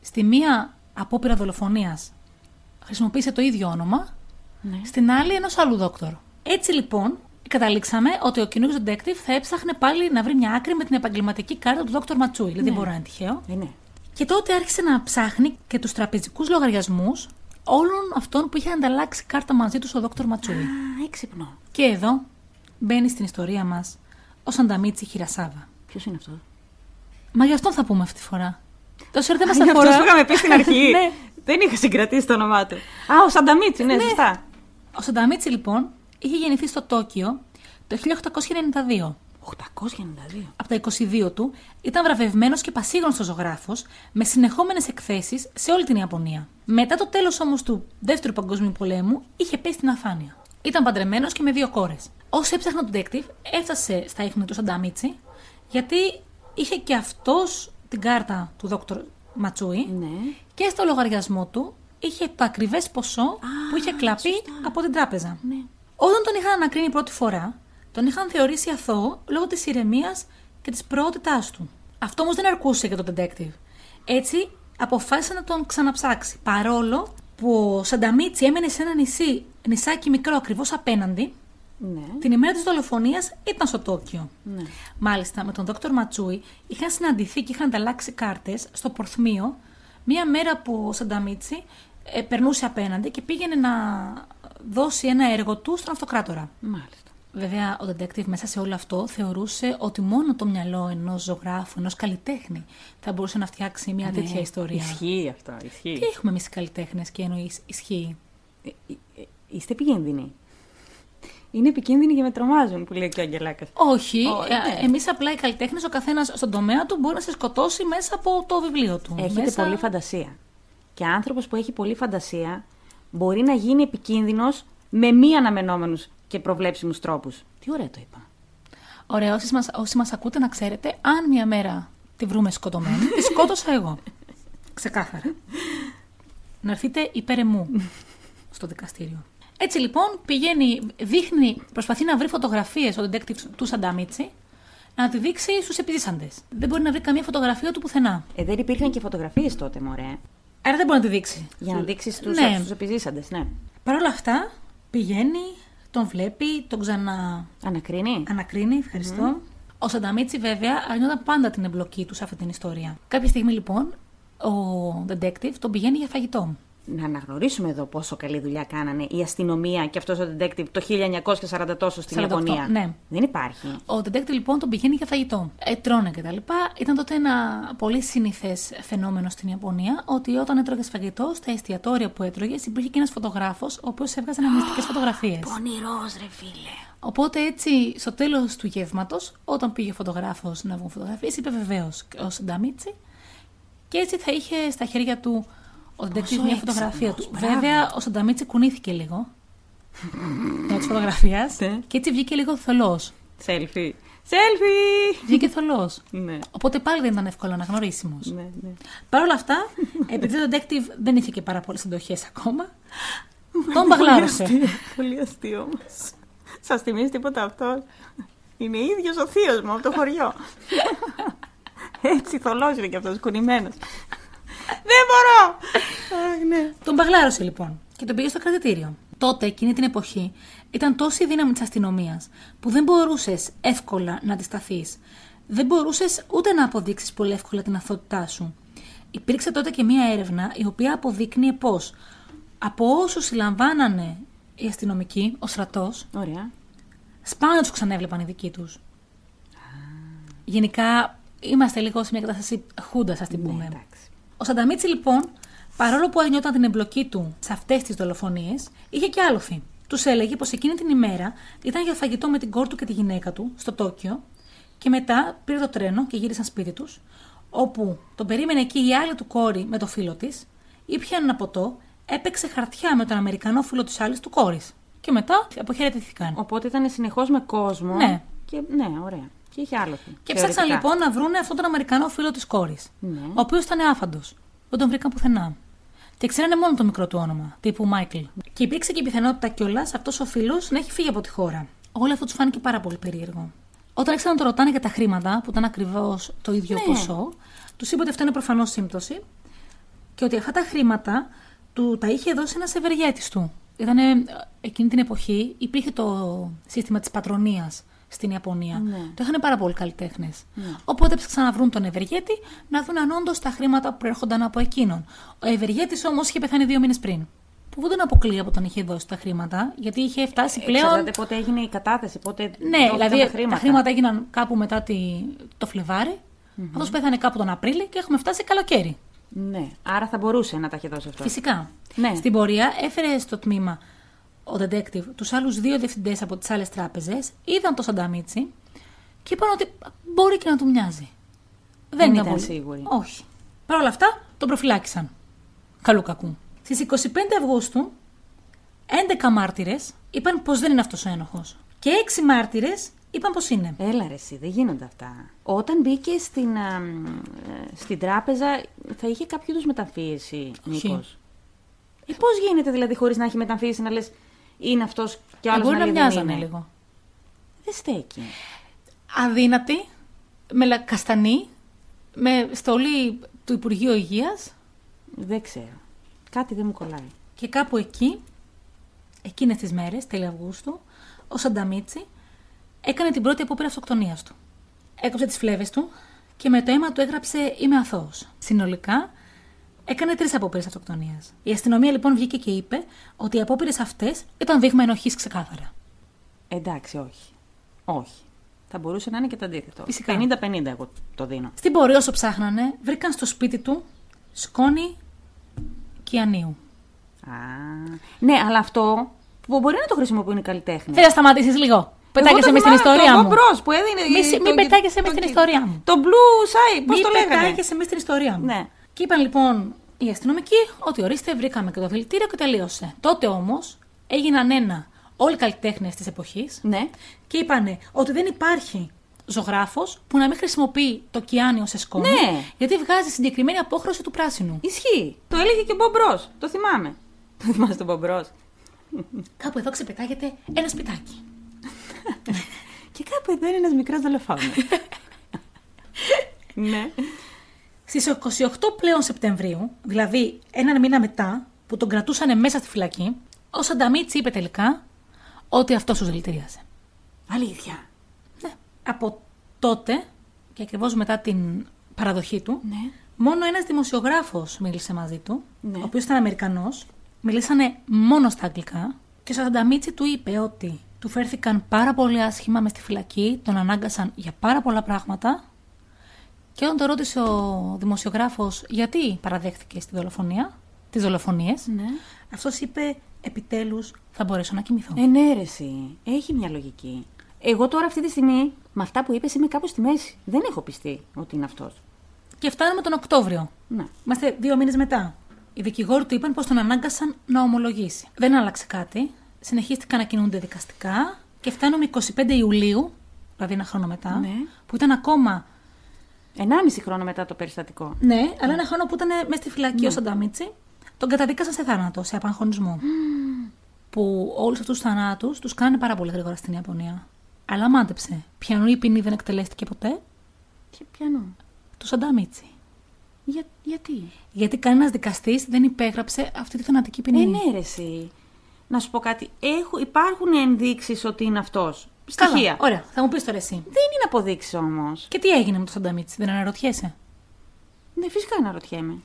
[SPEAKER 2] στη μία απόπειρα δολοφονίας χρησιμοποίησε το ίδιο όνομα,
[SPEAKER 1] Ναι.
[SPEAKER 2] στην άλλη ενός άλλου δόκτωρ. Έτσι λοιπόν, καταλήξαμε ότι ο καινούριο detective θα έψαχνε πάλι να βρει μια άκρη με την επαγγελματική κάρτα του δόκτωρ Ματσούι. Δηλαδή, δεν μπορεί να είναι τυχαίο.
[SPEAKER 1] Ε, ναι.
[SPEAKER 2] Και τότε άρχισε να ψάχνει και τους τραπεζικούς λογαριασμούς όλων αυτών που είχε ανταλλάξει κάρτα μαζί τους ο δόκτωρ Ματσούι.
[SPEAKER 1] Α, έξυπνο.
[SPEAKER 2] Και εδώ μπαίνει στην ιστορία μας ο Σανταμίτσι Χιρασάβα.
[SPEAKER 1] Ποιος είναι αυτό.
[SPEAKER 2] Μα γι' αυτό θα πούμε αυτή τη φορά. Το σερ δεν
[SPEAKER 1] Α,
[SPEAKER 2] μα
[SPEAKER 1] είναι
[SPEAKER 2] αφορά.
[SPEAKER 1] αυτός που είχαμε πει στην αρχή.
[SPEAKER 2] ναι.
[SPEAKER 1] Δεν είχα συγκρατήσει το όνομά του. Α, ο Σανταμίτσι, ναι,
[SPEAKER 2] Ναι.
[SPEAKER 1] σωστά.
[SPEAKER 2] Ο Σανταμίτσι λοιπόν είχε γεννηθεί στο Τόκιο το 1892.
[SPEAKER 1] 892.
[SPEAKER 2] από τα 22 του, ήταν βραβευμένος και πασίγνωστος ζωγράφος με συνεχόμενες εκθέσεις σε όλη την Ιαπωνία. Μετά το τέλος όμως του Δεύτερου Παγκόσμιου Πολέμου, είχε πέσει στην αφάνεια. Ήταν παντρεμένος και με δύο κόρες. Όσοι έψαχναν τον detective, έφτασε στα ίχνη του Σανταμίτσι, γιατί είχε και αυτός την κάρτα του δόκτωρ Ματσούι
[SPEAKER 1] Ναι.
[SPEAKER 2] και στο λογαριασμό του είχε το ακριβές ποσό που είχε κλαπεί από την τράπεζα.
[SPEAKER 1] Ναι.
[SPEAKER 2] Όταν τον είχαν ανακρίνει πρώτη φορά, τον είχαν θεωρήσει αθώο λόγω της ηρεμίας και της προότητάς του. Αυτό όμως δεν αρκούσε για τον detective. Έτσι, αποφάσισε να τον ξαναψάξει. Παρόλο που ο Σανταμίτσι έμενε σε ένα νησί, νησάκι μικρό ακριβώς απέναντι,
[SPEAKER 1] Ναι.
[SPEAKER 2] την ημέρα της δολοφονίας ήταν στο Τόκιο.
[SPEAKER 1] ναι.
[SPEAKER 2] Μάλιστα, με τον Δόκτωρ Ματσούι είχαν συναντηθεί και είχαν ανταλλάξει κάρτες στο Πορθμίο μία μέρα που ο Σανταμίτσι ε, περνούσε απέναντι και πήγαινε να δώσει ένα έργο του στον αυτοκράτορα.
[SPEAKER 1] Μάλιστα.
[SPEAKER 2] Βέβαια, ο detective μέσα σε όλο αυτό θεωρούσε ότι μόνο το μυαλό ενός ζωγράφου, ενός καλλιτέχνη, θα μπορούσε να φτιάξει μια τέτοια
[SPEAKER 1] Ναι.
[SPEAKER 2] ιστορία.
[SPEAKER 1] Ισχύει αυτό. Ισχύει.
[SPEAKER 2] Τι έχουμε εμείς οι καλλιτέχνες και εννοείς ισχύει.
[SPEAKER 1] Ε, ε, ε, είστε επικίνδυνοι. Είναι επικίνδυνοι και με τρομάζουν που λέει και ο Αγγελάκας.
[SPEAKER 2] Όχι,
[SPEAKER 1] Ω, ναι.
[SPEAKER 2] εμείς απλά οι καλλιτέχνες, ο καθένας στον τομέα του μπορεί να σε σκοτώσει μέσα από το βιβλίο του.
[SPEAKER 1] Έχετε
[SPEAKER 2] Μέσα-
[SPEAKER 1] πολλή φαντασία. Και άνθρωπος που έχει πολλή φαντασία μπορεί να γίνει επικίνδυνος με μη αναμενόμενους και προβλέψιμους τρόπους. Τι ωραία το είπα.
[SPEAKER 2] Ωραία, όσοι μας, όσοι μας ακούτε να ξέρετε, αν μια μέρα τη βρούμε σκοτωμένη, τη σκότωσα εγώ. Ξεκάθαρα. Να έρθετε υπέρ μου στο δικαστήριο. Έτσι λοιπόν πηγαίνει, δείχνει, προσπαθεί να βρει φωτογραφίες ο detective του Σανταμίτσι να τη δείξει στους επιζήσαντες. Δεν μπορεί να βρει καμία φωτογραφία του πουθενά.
[SPEAKER 1] Ε, δεν υπήρχαν και φωτογραφίες τότε, μωρέ.
[SPEAKER 2] Άρα δεν μπορεί να τη δείξει.
[SPEAKER 1] Για να δείξει του
[SPEAKER 2] Ναι.
[SPEAKER 1] ναι. επιζήσαντες, ναι.
[SPEAKER 2] Παρ' όλα αυτά πηγαίνει, τον βλέπει, τον ξανά
[SPEAKER 1] Ανακρίνει.
[SPEAKER 2] Ανακρίνει, ευχαριστώ. Ο Σανταμίτσι, βέβαια, αρνιόταν πάντα την εμπλοκή του σε αυτή την ιστορία. Κάποια στιγμή, λοιπόν, ο detective τον πηγαίνει για φαγητό.
[SPEAKER 1] Να αναγνωρίσουμε εδώ πόσο καλή δουλειά κάνανε η αστυνομία και αυτός ο detective το 1940 τόσο στην
[SPEAKER 2] 48,
[SPEAKER 1] Ιαπωνία.
[SPEAKER 2] ναι.
[SPEAKER 1] Δεν υπάρχει.
[SPEAKER 2] Ο detective, λοιπόν, τον πηγαίνει για φαγητό. Ε, τρώνε και τα λοιπά. Ήταν τότε ένα πολύ συνηθές φαινόμενο στην Ιαπωνία ότι όταν έτρωγε φαγητό, στα εστιατόρια που έτρωγες, υπήρχε και ένας φωτογράφος, ο οποίος έβγαζε μυστικέ φωτογραφίες.
[SPEAKER 1] Πονηρός, ρε φίλε.
[SPEAKER 2] Οπότε έτσι, στο τέλος του γεύματος, όταν πήγε ο φωτογράφος να βγουν φωτογραφίες, είπε βεβαίως ο Σανταμίτσι. Και έτσι θα είχε στα χέρια του ο Ντεκτή μια
[SPEAKER 1] έξυπνος,
[SPEAKER 2] φωτογραφία του.
[SPEAKER 1] μπράβο.
[SPEAKER 2] Βέβαια, ο Σανταμίτσι κουνήθηκε λίγο. Μια της φωτογραφίας.
[SPEAKER 1] Ναι.
[SPEAKER 2] και έτσι βγήκε λίγο θολός.
[SPEAKER 1] Selfie. Selfie!
[SPEAKER 2] Βγήκε θολός.
[SPEAKER 1] Ναι.
[SPEAKER 2] Οπότε πάλι δεν ήταν εύκολο αναγνωρίσιμος.
[SPEAKER 1] Ναι, ναι.
[SPEAKER 2] Παρ' όλα αυτά, επειδή ο detective δεν είχε και πάρα πολλές συντοχές ακόμα, τον παγλάρωσε.
[SPEAKER 1] Πολύ αστείο όμως. Σας θυμίζει τίποτα αυτό. Είναι ίδιος ο θείος μου από το χωριό. Έτσι θολός είναι και αυτός κουνημένος. Δεν μπορώ! Αχ, ναι.
[SPEAKER 2] Τον παγλάρωσε λοιπόν και τον πήγε στο κρατητήριο. Τότε, εκείνη την εποχή, ήταν τόση η δύναμη της αστυνομίας που δεν μπορούσες εύκολα να αντισταθείς. Δεν μπορούσες ούτε να αποδείξεις πολύ εύκολα την αθότητά σου. Υπήρξε τότε και μία έρευνα η οποία αποδείκνυε πως από όσους συλλαμβάνανε οι αστυνομικοί, ο στρατός,
[SPEAKER 1] Ωραία.
[SPEAKER 2] σπάνια τους ξανέβλεπαν οι δικοί τους. Γενικά, είμαστε λίγο σε μια κατάσταση χούντας, ας την πούμε.
[SPEAKER 1] Ναι, εντάξει.
[SPEAKER 2] Ο Σανταμίτσι λοιπόν, παρόλο που ένιωταν την εμπλοκή του σε αυτές τις δολοφονίες, είχε και άλοθη. Τους έλεγε πως εκείνη την ημέρα ήταν για φαγητό με την κόρη του και τη γυναίκα του στο Τόκιο και μετά πήρε το τρένο και γύρισαν σπίτι τους, όπου τον περίμενε εκεί η άλλη του κόρη με το φίλο της, ήπιαν ένα ποτό, έπαιξε χαρτιά με τον Αμερικανό φίλο της άλλης του κόρης. Και μετά αποχαιρετήθηκαν.
[SPEAKER 1] Οπότε ήταν συνεχώς με κόσμο.
[SPEAKER 2] Ναι.
[SPEAKER 1] Και, ναι, ωραία. Και είχε άλλο.
[SPEAKER 2] Και ψάξαν λοιπόν να βρουν αυτόν τον Αμερικανό φίλο της κόρης.
[SPEAKER 1] Ναι.
[SPEAKER 2] Ο οποίος ήταν άφαντος. Δεν τον βρήκαν πουθενά. Και ξέρανε μόνο το μικρό του όνομα, τύπου Μάικλ. Και υπήρξε και η πιθανότητα κιόλας αυτός ο φίλος να έχει φύγει από τη χώρα. Όλο αυτό τους φάνηκε πάρα πολύ περίεργο. Όταν άρχισαν να το ρωτάνε για τα χρήματα, που ήταν ακριβώς το ίδιο
[SPEAKER 1] Ναι.
[SPEAKER 2] ποσό, τους είπε ότι αυτό είναι προφανώς σύμπτωση και ότι αυτά τα χρήματα του τα είχε δώσει ένας ευεργέτης του. Ήταν εκείνη την εποχή, υπήρχε το σύστημα της πατρονίας στην Ιαπωνία.
[SPEAKER 1] Ναι.
[SPEAKER 2] Το είχαν πάρα πολλοί καλλιτέχνες. Οπότε έψαξαν να βρουν τον ευεργέτη να δουν αν όντως τα χρήματα που προέρχονταν από εκείνον. Ο ευεργέτης όμως είχε πεθάνει δύο μήνες πριν. Που δεν τον αποκλεί από τον είχε δώσει τα χρήματα, γιατί είχε φτάσει
[SPEAKER 1] Ε,
[SPEAKER 2] πλέον.
[SPEAKER 1] Εξαρτάται πότε έγινε η κατάθεση, πότε.
[SPEAKER 2] Ναι,
[SPEAKER 1] δόθηκαν
[SPEAKER 2] δηλαδή
[SPEAKER 1] τα χρήματα.
[SPEAKER 2] έγιναν κάπου μετά τη... το φλεβαρι Αυτός πέθανε κάπου τον Απρίλιο και έχουμε φτάσει καλοκαίρι.
[SPEAKER 1] Ναι. Άρα θα μπορούσε να τα είχε δώσει αυτό.
[SPEAKER 2] Φυσικά.
[SPEAKER 1] Ναι.
[SPEAKER 2] Στην πορεία έφερε στο τμήμα ο detective τους άλλους δύο διευθυντές από τις άλλες τράπεζες, είδαν το Σανταμίτσι Και είπαν ότι μπορεί και να του μοιάζει. Δεν
[SPEAKER 1] Δεν
[SPEAKER 2] ήταν
[SPEAKER 1] ήταν
[SPEAKER 2] πολύ.
[SPEAKER 1] σίγουροι.
[SPEAKER 2] Όχι. Παρ' όλα αυτά, τον προφυλάκησαν. Καλού κακού. Στις 25 Αυγούστου, 11 μάρτυρες είπαν πως δεν είναι αυτός ο ένοχος. Και 6 μάρτυρες είπαν πως είναι.
[SPEAKER 1] Έλα ρε εσύ, δεν γίνονται αυτά. Όταν μπήκε στην, α, μ, ε, στην τράπεζα, θα είχε κάποιο είδους μεταμφίεση,
[SPEAKER 2] Όχι.
[SPEAKER 1] Νίκος. Ε, πώς γίνεται δηλαδή χωρίς να έχει μεταμφίεση να λες είναι αυτός και
[SPEAKER 2] Ε,
[SPEAKER 1] άλλος
[SPEAKER 2] μπορεί να
[SPEAKER 1] λέει δεν
[SPEAKER 2] μοιάζανε
[SPEAKER 1] είναι».
[SPEAKER 2] λίγο.
[SPEAKER 1] Δεν στέκει.
[SPEAKER 2] Αδύνατη, με λα- καστανή, με στολή του Υπουργείου Υγείας
[SPEAKER 1] Δεν ξέρω. Κάτι δεν μου κολλάει.
[SPEAKER 2] και κάπου εκεί, εκείνες τις μέρες, τέλη Αυγούστου, ο Σανταμίτσι έκανε την πρώτη απόπειρα αυτοκτονίας του. Έκοψε τις φλέβες του και με το αίμα του έγραψε «Είμαι αθώος». Συνολικά, έκανε τρεις απόπειρες αυτοκτονίας. Η αστυνομία λοιπόν βγήκε και είπε ότι οι απόπειρες αυτές ήταν δείγμα ενοχής ξεκάθαρα.
[SPEAKER 1] Εντάξει, όχι. Όχι. Θα μπορούσε να είναι και το αντίθετο.
[SPEAKER 2] Φυσικά.
[SPEAKER 1] 50-50 εγώ το δίνω.
[SPEAKER 2] Στην πορεία όσο ψάχνανε, βρήκαν στο σπίτι του σκόνη κιανίου.
[SPEAKER 1] Α, ναι, αλλά αυτό που μπορεί να το χρησιμοποιούν οι καλλιτέχνες.
[SPEAKER 2] Θέλει να σταματήσεις λίγο. Ε, Πετάγεσαι μες στην ιστορία μου.
[SPEAKER 1] που έδινε.
[SPEAKER 2] Μη συ- μη
[SPEAKER 1] τον-
[SPEAKER 2] πετάγεσαι μες
[SPEAKER 1] τον-
[SPEAKER 2] στην ιστορία μου.
[SPEAKER 1] Το blue side, πώς
[SPEAKER 2] Μη
[SPEAKER 1] το λέγανε.
[SPEAKER 2] πετάγεσαι εμεί στην ιστορία μου.
[SPEAKER 1] Ναι.
[SPEAKER 2] Και είπαν λοιπόν οι αστυνομικοί ότι ορίστε, βρήκαμε και το δηλητήριο και τελείωσε. Τότε όμως έγιναν ένα όλοι οι καλλιτέχνες της εποχής
[SPEAKER 1] Ναι.
[SPEAKER 2] και είπανε ότι δεν υπάρχει ζωγράφος που να μην χρησιμοποιεί το κιάνιο σε σκόνη.
[SPEAKER 1] Ναι.
[SPEAKER 2] Γιατί βγάζει συγκεκριμένη απόχρωση του πράσινου.
[SPEAKER 1] Ισχύει. Το έλεγε και ο Μπομπρό. Το θυμάμαι. Το θυμάσαι τον Μπομπρό.
[SPEAKER 2] Κάπου εδώ ξεπετάγεται ένα σπιτάκι.
[SPEAKER 1] Και κάπου εδώ είναι ένας μικρός δολοφόνος. ναι.
[SPEAKER 2] Στις 28 πλέον Σεπτεμβρίου, δηλαδή έναν μήνα μετά που τον κρατούσανε μέσα στη φυλακή, ο Σανταμίτσι είπε τελικά ότι αυτός τους δηλητηρίασε.
[SPEAKER 1] Αλήθεια.
[SPEAKER 2] Ναι. Από τότε και ακριβώς μετά την παραδοχή του,
[SPEAKER 1] Ναι.
[SPEAKER 2] μόνο ένας δημοσιογράφος μίλησε μαζί του,
[SPEAKER 1] Ναι.
[SPEAKER 2] ο οποίος ήταν Αμερικανός. Μιλήσανε μόνο στα αγγλικά και ο Σανταμίτσι του είπε ότι του φέρθηκαν πάρα πολύ άσχημα μες στη φυλακή, τον ανάγκασαν για πάρα πολλά πράγματα και όταν το ρώτησε ο δημοσιογράφος γιατί παραδέχθηκε στη δολοφονία, τις δολοφονίες,
[SPEAKER 1] ναι.
[SPEAKER 2] αυτός είπε επιτέλους θα μπορέσω να κοιμηθώ. Ε,
[SPEAKER 1] Ε, Ενέρεση. ναι, Έχει μια λογική. Εγώ τώρα αυτή τη στιγμή, με αυτά που είπες, είμαι κάπου στη μέση. Δεν έχω πιστεί ότι είναι αυτός.
[SPEAKER 2] Και φτάνουμε τον Οκτώβριο.
[SPEAKER 1] Ναι.
[SPEAKER 2] Είμαστε δύο μήνες μετά. Οι δικηγόροι του είπαν πως τον ανάγκασαν να ομολογήσει. Δεν άλλαξε κάτι. Συνεχίστηκαν να κινούνται δικαστικά και φτάνουμε 25 Ιουλίου, δηλαδή ένα χρόνο μετά,
[SPEAKER 1] Ναι.
[SPEAKER 2] που ήταν ακόμα.
[SPEAKER 1] Ενάμιση χρόνο μετά το περιστατικό.
[SPEAKER 2] Ναι, αλλά ένα χρόνο που ήταν μέσα στη φυλακή ο Σανταμίτσι, τον καταδίκασαν σε θάνατο, σε απαγχωνισμό. Που όλους αυτούς τους θανάτους τους κάνανε πάρα πολύ γρήγορα στην Ιαπωνία. Αλλά μάντεψε. Πιανού η ποινή δεν εκτελέστηκε ποτέ,
[SPEAKER 1] Και πιανού.
[SPEAKER 2] του Σανταμίτσι.
[SPEAKER 1] Για, γιατί.
[SPEAKER 2] Γιατί κανένας δικαστής δεν υπέγραψε αυτή τη θανατική
[SPEAKER 1] Ε,
[SPEAKER 2] ποινή.
[SPEAKER 1] ναι. Ενέρεση. Να σου πω κάτι. Έχω, υπάρχουν ενδείξεις ότι είναι αυτός. Στοιχεία.
[SPEAKER 2] Καλά, ωραία, θα μου πεις τώρα εσύ.
[SPEAKER 1] Δεν είναι αποδείξεις όμως.
[SPEAKER 2] Και τι έγινε με τον Σανταμίτσι, δεν αναρωτιέσαι.
[SPEAKER 1] Ναι, φυσικά αναρωτιέμαι.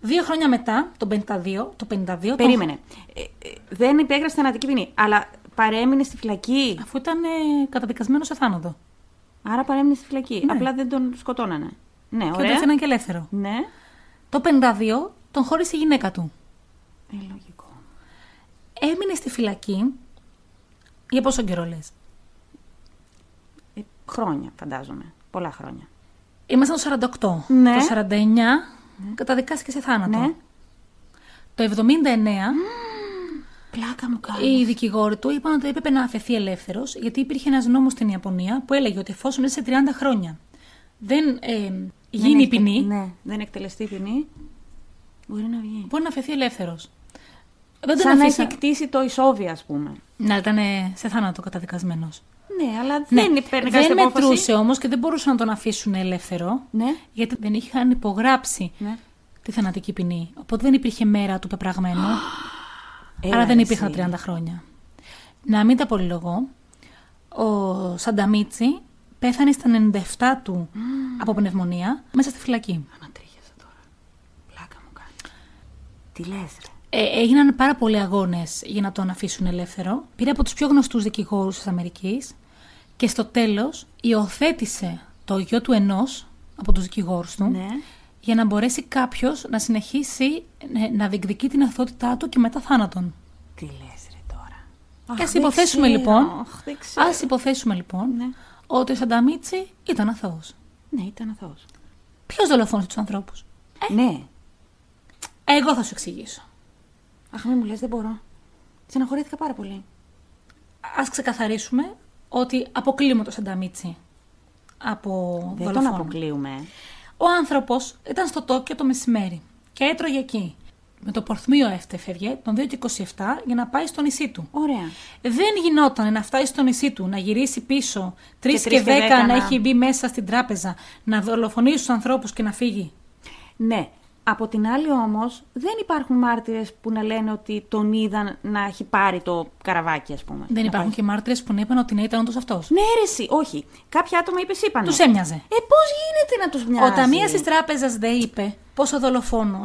[SPEAKER 2] Δύο χρόνια μετά, το 52, το 52 τον-
[SPEAKER 1] Περίμενε. Ε, ε, δεν υπέγραψε θανατική ποινή, αλλά παρέμεινε στη φυλακή.
[SPEAKER 2] Αφού ήταν ε, καταδικασμένο σε
[SPEAKER 1] Ε,
[SPEAKER 2] θάνατο.
[SPEAKER 1] Άρα παρέμεινε στη φυλακή.
[SPEAKER 2] Ναι.
[SPEAKER 1] Απλά δεν τον σκοτώνανε. Ναι,
[SPEAKER 2] Και τον
[SPEAKER 1] ωραία.
[SPEAKER 2] έφεραν και ελεύθερο.
[SPEAKER 1] Ναι.
[SPEAKER 2] Το 52 τον χώρισε η γυναίκα του.
[SPEAKER 1] Ε, λογικό.
[SPEAKER 2] Έμεινε στη φυλακή. Για πόσο καιρό λες.
[SPEAKER 1] Ε, χρόνια, φαντάζομαι. Πολλά χρόνια.
[SPEAKER 2] Ήμασταν το 48.
[SPEAKER 1] Ναι.
[SPEAKER 2] Το 49 καταδικάστηκε σε θάνατο.
[SPEAKER 1] Ναι.
[SPEAKER 2] Το 79
[SPEAKER 1] Πλάκα μου κάνεις.
[SPEAKER 2] Οι δικηγόροι του είπαν ότι έπρεπε να αφαιθεί ελεύθερος, γιατί υπήρχε ένας νόμος στην Ιαπωνία που έλεγε ότι εφόσον μέσα σε 30 χρόνια δεν ε, γίνει η ποινή,
[SPEAKER 1] Ναι, δεν εκτελεστεί η ποινή. Μπορεί να βγει.
[SPEAKER 2] μπορεί να αφαιθεί ελεύθερος. Δεν τον
[SPEAKER 1] Σαν να
[SPEAKER 2] αφήσα.
[SPEAKER 1] έχει κτίσει το ισόβια, ας πούμε.
[SPEAKER 2] Να ήταν ε, σε θάνατο καταδικασμένος.
[SPEAKER 1] Ναι, αλλά δεν υπέρνει
[SPEAKER 2] δεν
[SPEAKER 1] κάποια απόφαση.
[SPEAKER 2] μετρούσε όμως και δεν μπορούσαν να τον αφήσουν ελεύθερο,
[SPEAKER 1] Ναι,
[SPEAKER 2] γιατί δεν είχαν υπογράψει
[SPEAKER 1] ναι.
[SPEAKER 2] τη θανατική ποινή. Οπότε δεν υπήρχε μέρα του πεπραγμένου.
[SPEAKER 1] Έλα,
[SPEAKER 2] Άρα δεν
[SPEAKER 1] ρε,
[SPEAKER 2] υπήρχαν
[SPEAKER 1] εσύ.
[SPEAKER 2] 30 χρόνια. Να μην τα πολυλογώ, ο Σανταμίτσι πέθανε στα 97 του από πνευμονία μέσα στη φυλακή.
[SPEAKER 1] Ανατρίχιασα τώρα. Πλάκα μου κάνει. Τι λες, ρε.
[SPEAKER 2] Ε, έγιναν πάρα πολλοί αγώνες για να τον αφήσουν ελεύθερο. Πήρε από τους πιο γνωστούς δικηγόρους της Αμερικής και στο τέλος υιοθέτησε το γιο του ενός από τους δικηγόρους του
[SPEAKER 1] Ναι.
[SPEAKER 2] για να μπορέσει κάποιος να συνεχίσει ε, να διεκδικεί την αθότητά του και μετά θάνατον.
[SPEAKER 1] Τι λες, ρε τώρα.
[SPEAKER 2] Και
[SPEAKER 1] Αχ,
[SPEAKER 2] ας
[SPEAKER 1] δεν
[SPEAKER 2] υποθέσουμε
[SPEAKER 1] ξέρω.
[SPEAKER 2] λοιπόν,
[SPEAKER 1] Αχ, δεν ξέρω.
[SPEAKER 2] ας υποθέσουμε λοιπόν
[SPEAKER 1] Ναι.
[SPEAKER 2] ότι ο Σανταμίτσι ήταν αθώος.
[SPEAKER 1] Ναι, ήταν αθώος.
[SPEAKER 2] Ποιος δολοφόνησε τους ανθρώπους. Ε.
[SPEAKER 1] Ναι.
[SPEAKER 2] Εγώ θα σου εξηγήσω.
[SPEAKER 1] Αχ, μην μου λες, δεν μπορώ. Στεναχωρήθηκα πάρα πολύ.
[SPEAKER 2] Ας ξεκαθαρίσουμε ότι αποκλείουμε το Σανταμίτσι από
[SPEAKER 1] Δεν τον
[SPEAKER 2] δολοφόνο.
[SPEAKER 1] αποκλείουμε. ε.
[SPEAKER 2] Ο άνθρωπος ήταν στο Τόκιο το μεσημέρι και έτρωγε εκεί. Με το πορθμίο έφτεφευγε τον 2 και 27 για να πάει στο νησί του.
[SPEAKER 1] Ωραία.
[SPEAKER 2] Δεν γινόταν να φτάσει στο νησί του, να γυρίσει πίσω 3
[SPEAKER 1] Και
[SPEAKER 2] και,
[SPEAKER 1] τρεις
[SPEAKER 2] 10
[SPEAKER 1] και δέκα ναι.
[SPEAKER 2] να
[SPEAKER 1] να-
[SPEAKER 2] έχει μπει μέσα στην τράπεζα, να δολοφονήσει τους ανθρώπους και να φύγει.
[SPEAKER 1] Ναι. Από την άλλη όμως δεν υπάρχουν μάρτυρες που να λένε ότι τον είδαν να έχει πάρει το καραβάκι ας πούμε.
[SPEAKER 2] Δεν
[SPEAKER 1] Να
[SPEAKER 2] υπάρχουν και μάρτυρες που να είπαν ότι ναι, ήταν όντως αυτός.
[SPEAKER 1] πάει. Ναι ρε εσύ, όχι. Κάποια άτομα είπες είπαν.
[SPEAKER 2] Τους έμοιαζε.
[SPEAKER 1] Ε πώς γίνεται να τους μοιάζει.
[SPEAKER 2] Ο ταμεία τη τράπεζα δεν είπε πω ο δολοφόνο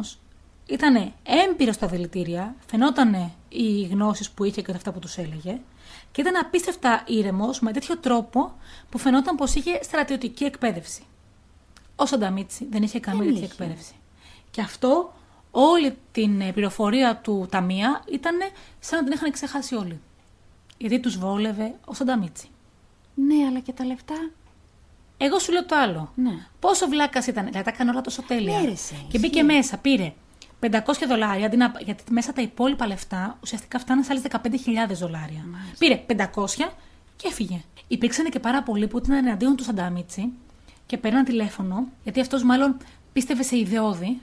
[SPEAKER 2] ήταν έμπειρος στα δηλητήρια, φαινόταν οι γνώσεις που είχε και τα αυτά που τους έλεγε, και ήταν απίστευτα ήρεμος με τέτοιο τρόπο που φαινόταν πως είχε στρατιωτική εκπαίδευση. Ο Σανταμίτσι δεν είχε καμία
[SPEAKER 1] Δεν
[SPEAKER 2] τέτοια
[SPEAKER 1] είχε.
[SPEAKER 2] εκπαίδευση. Και αυτό όλη την ε, πληροφορία του ταμεία ήταν σαν να την είχαν ξεχάσει όλοι. Γιατί τους βόλευε ο Σανταμίτσι.
[SPEAKER 1] Ναι, αλλά και τα λεφτά.
[SPEAKER 2] Εγώ σου λέω το άλλο.
[SPEAKER 1] Ναι.
[SPEAKER 2] Πόσο βλάκας ήταν. Δηλαδή τα έκανε όλα τόσο τέλεια.
[SPEAKER 1] Ναι, ρε, σε,
[SPEAKER 2] και μπήκε μέσα, πήρε 500 δολάρια, αντί να- γιατί μέσα τα υπόλοιπα λεφτά ουσιαστικά φτάναν σε άλλες 15.000 δολάρια. Πήρε 500 και έφυγε. Υπήρξαν και πάρα πολλοί που ήταν εναντίον του Σαντάμιτσι και παίρναν τηλέφωνο, γιατί αυτός μάλλον πίστευε σε ιδεώδη.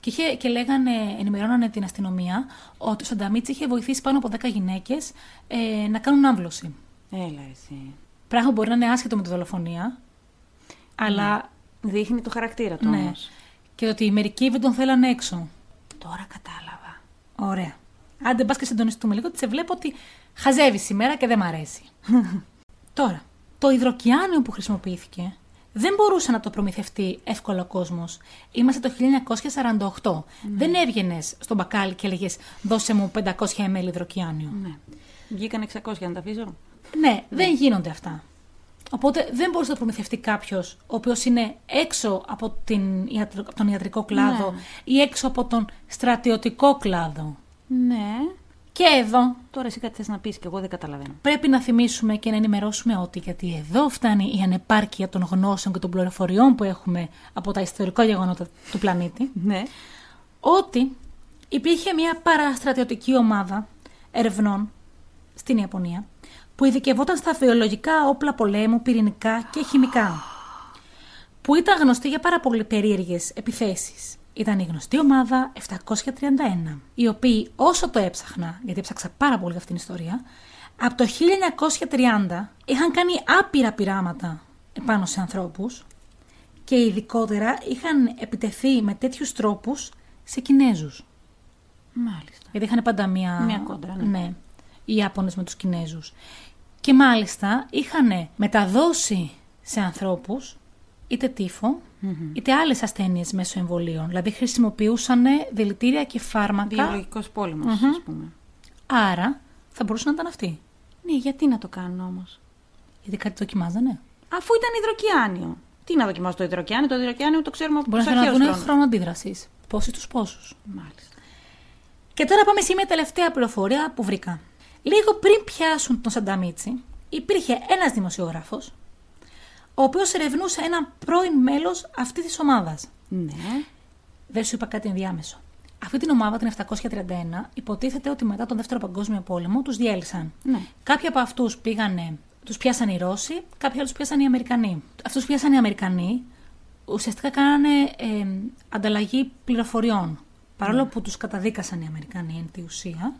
[SPEAKER 2] Και, είχε, και λέγανε, ενημερώνανε την αστυνομία ότι ο Σανταμίτσι είχε βοηθήσει πάνω από 10 γυναίκες ε, να κάνουν άμβλωση.
[SPEAKER 1] Έλα ρε εσύ.
[SPEAKER 2] Πράγμα που μπορεί να είναι άσχετο με τη δολοφονία, αλλά
[SPEAKER 1] Δείχνει το χαρακτήρα του
[SPEAKER 2] ναι.
[SPEAKER 1] όμως.
[SPEAKER 2] Και ότι οι μερικοί δεν τον θέλανε έξω.
[SPEAKER 1] Τώρα κατάλαβα.
[SPEAKER 2] Ωραία. Άντε, μπας και συντονιστούμε λίγο, ότι σε βλέπω ότι χαζεύεις σήμερα και δεν μ' αρέσει. Τώρα, το υδροκιάνιο που χρησιμοποιήθηκε δεν μπορούσε να το προμηθευτεί εύκολα ο κόσμος. Είμαστε το 1948. Δεν έβγαινες στον μπακάλι και έλεγες Δώσε μου 500 ml υδροκιάνιο.
[SPEAKER 1] Ναι. Βγήκαν 600 να τα αφήσω.
[SPEAKER 2] Ναι, δεν γίνονται αυτά. Οπότε δεν μπορούσε να προμηθευτεί κάποιος ο οποίος είναι έξω από, την, ιατρο- από τον ιατρικό κλάδο
[SPEAKER 1] Ναι.
[SPEAKER 2] ή έξω από τον στρατιωτικό κλάδο.
[SPEAKER 1] Ναι.
[SPEAKER 2] Και εδώ
[SPEAKER 1] Τώρα εσύ κάτι θες να πεις και εγώ δεν καταλαβαίνω.
[SPEAKER 2] πρέπει να θυμίσουμε και να ενημερώσουμε ότι γιατί εδώ φτάνει η ανεπάρκεια των γνώσεων και των πληροφοριών που έχουμε από τα ιστορικά γεγονότα του πλανήτη.
[SPEAKER 1] Ναι.
[SPEAKER 2] ότι υπήρχε μια παραστρατιωτική ομάδα ερευνών στην Ιαπωνία που ειδικευόταν στα βιολογικά όπλα πολέμου, πυρηνικά και χημικά. Που ήταν γνωστή για πάρα πολύ περίεργες επιθέσεις. Ήταν η γνωστή ομάδα 731, οι οποίοι όσο το έψαχνα, γιατί έψαξα πάρα πολύ για αυτήν την ιστορία, από το 1930 είχαν κάνει άπειρα πειράματα επάνω σε ανθρώπους και ειδικότερα είχαν επιτεθεί με τέτοιους τρόπους σε Κινέζους.
[SPEAKER 1] Μάλιστα.
[SPEAKER 2] Γιατί είχαν πάντα μία.
[SPEAKER 1] Μία κόντρα, ναι.
[SPEAKER 2] οι Ιάπωνες με τους Κινέζους. Και μάλιστα είχαν μεταδώσει σε ανθρώπους είτε τύφο, είτε άλλες ασθένειες μέσω εμβολίων. Δηλαδή χρησιμοποιούσαν δηλητήρια και φάρμακα.
[SPEAKER 1] Βιολογικός πόλεμος, ας πούμε.
[SPEAKER 2] Άρα θα μπορούσαν να ήταν αυτοί.
[SPEAKER 1] Ναι, γιατί να το κάνουν όμως.
[SPEAKER 2] Γιατί κάτι δοκιμάζανε.
[SPEAKER 1] Αφού ήταν υδροκιάνιο. Τι να δοκιμάσω το υδροκιάνιο, το υδροκιάνιο το ξέρουμε από
[SPEAKER 2] Μπορείς
[SPEAKER 1] τους
[SPEAKER 2] να θέλουν να
[SPEAKER 1] αρχαίους
[SPEAKER 2] δουν
[SPEAKER 1] χρόνους.
[SPEAKER 2] χρόνο αντίδρασης. Πόσοι τους πόσους.
[SPEAKER 1] Μάλιστα.
[SPEAKER 2] Και τώρα πάμε σε μια τελευταία πληροφορία που βρήκα. Λίγο πριν πιάσουν τον Σανταμίτσι, υπήρχε ένας δημοσιογράφος, ο οποίος ερευνούσε έναν πρώην μέλος αυτής της ομάδας.
[SPEAKER 1] Ναι.
[SPEAKER 2] Δεν σου είπα κάτι ενδιάμεσο. Αυτή την ομάδα, την 731, υποτίθεται ότι μετά τον Δεύτερο Παγκόσμιο Πόλεμο τους διέλυσαν.
[SPEAKER 1] Ναι.
[SPEAKER 2] Κάποιοι από αυτούς πήγανε, τους πιάσαν οι Ρώσοι, κάποιοι άλλους πιάσαν οι Αμερικανοί. Αυτούς που πιάσαν οι Αμερικανοί, ουσιαστικά κάνανε ε, ανταλλαγή πληροφοριών. Παρόλο που τους καταδίκασαν οι Αμερικανοί εν τη ουσία,